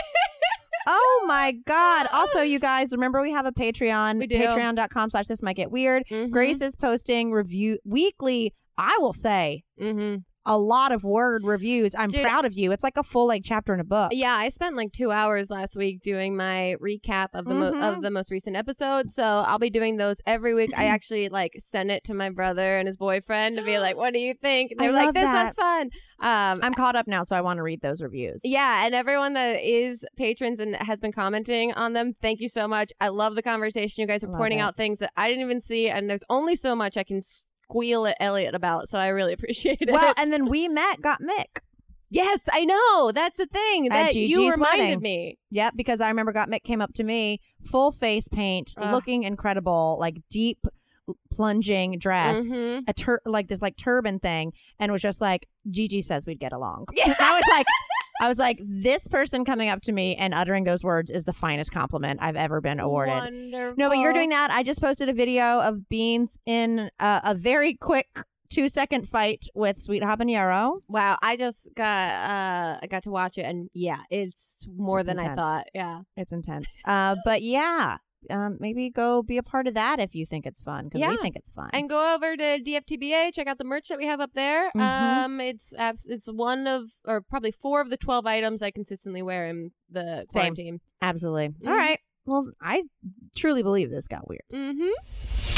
Speaker 3: oh my god! Also, you guys remember we have a Patreon.
Speaker 2: We do.
Speaker 3: Patreon.com/slash This Might Get Weird.
Speaker 2: Mhm,
Speaker 3: Grace is posting review weekly. I will say
Speaker 2: mhm.
Speaker 3: a lot of word reviews. I'm
Speaker 2: Dude.
Speaker 3: proud of you. It's like a full like chapter in a book.
Speaker 2: Yeah, I spent like two hours last week doing my recap of the mo-
Speaker 3: Mhm.
Speaker 2: of the most recent episode. So I'll be doing those every week. I actually like sent it to my brother and his boyfriend to be like, "What do you think?" And
Speaker 3: I
Speaker 2: they were like,
Speaker 3: love
Speaker 2: "This
Speaker 3: that.
Speaker 2: one's fun." Um,
Speaker 3: I'm caught up now, so I want to read those reviews.
Speaker 2: yeah, and everyone that is patrons and has been commenting on them, thank you so much. I love the conversation. You guys are
Speaker 3: Love
Speaker 2: pointing
Speaker 3: it.
Speaker 2: out things that I didn't even see, and there's only so much I can squeal at Elliot about. So I really appreciate it.
Speaker 3: Well, and then we met, got Mick.
Speaker 2: yes, I know that's the thing
Speaker 3: At
Speaker 2: that you
Speaker 3: Gigi's
Speaker 2: reminded
Speaker 3: wedding.
Speaker 2: me.
Speaker 3: Yep, because I remember Got Mick came up to me, full face paint,
Speaker 2: Ugh.
Speaker 3: looking incredible, like deep plunging dress,
Speaker 2: Mhm.
Speaker 3: a tur- like this like turban thing, and was just like, Gigi says we'd get along.
Speaker 2: Yeah.
Speaker 3: I was like, I was like, this person coming up to me and uttering those words is the finest compliment I've ever been awarded.
Speaker 2: Wonderful.
Speaker 3: No, but you're doing that. I just posted a video of Beans in uh, a very quick two second fight with Sweet Habanero.
Speaker 2: Wow, I just got uh I got to watch it and yeah, it's more
Speaker 3: It's
Speaker 2: than I
Speaker 3: intense.
Speaker 2: thought. Yeah.
Speaker 3: It's intense. Uh, but yeah, um, maybe go be a part of that if you think it's fun because we
Speaker 2: Yeah.
Speaker 3: think it's fun.
Speaker 2: And go over to DFTBA, check out the merch that we have up there.
Speaker 3: Mhm.
Speaker 2: Um it's abs- it's one of or probably four of the 12 items I consistently wear in the
Speaker 3: Same.
Speaker 2: quarantine.
Speaker 3: Absolutely. All right. Well, I truly believe this got weird.
Speaker 2: Mhm.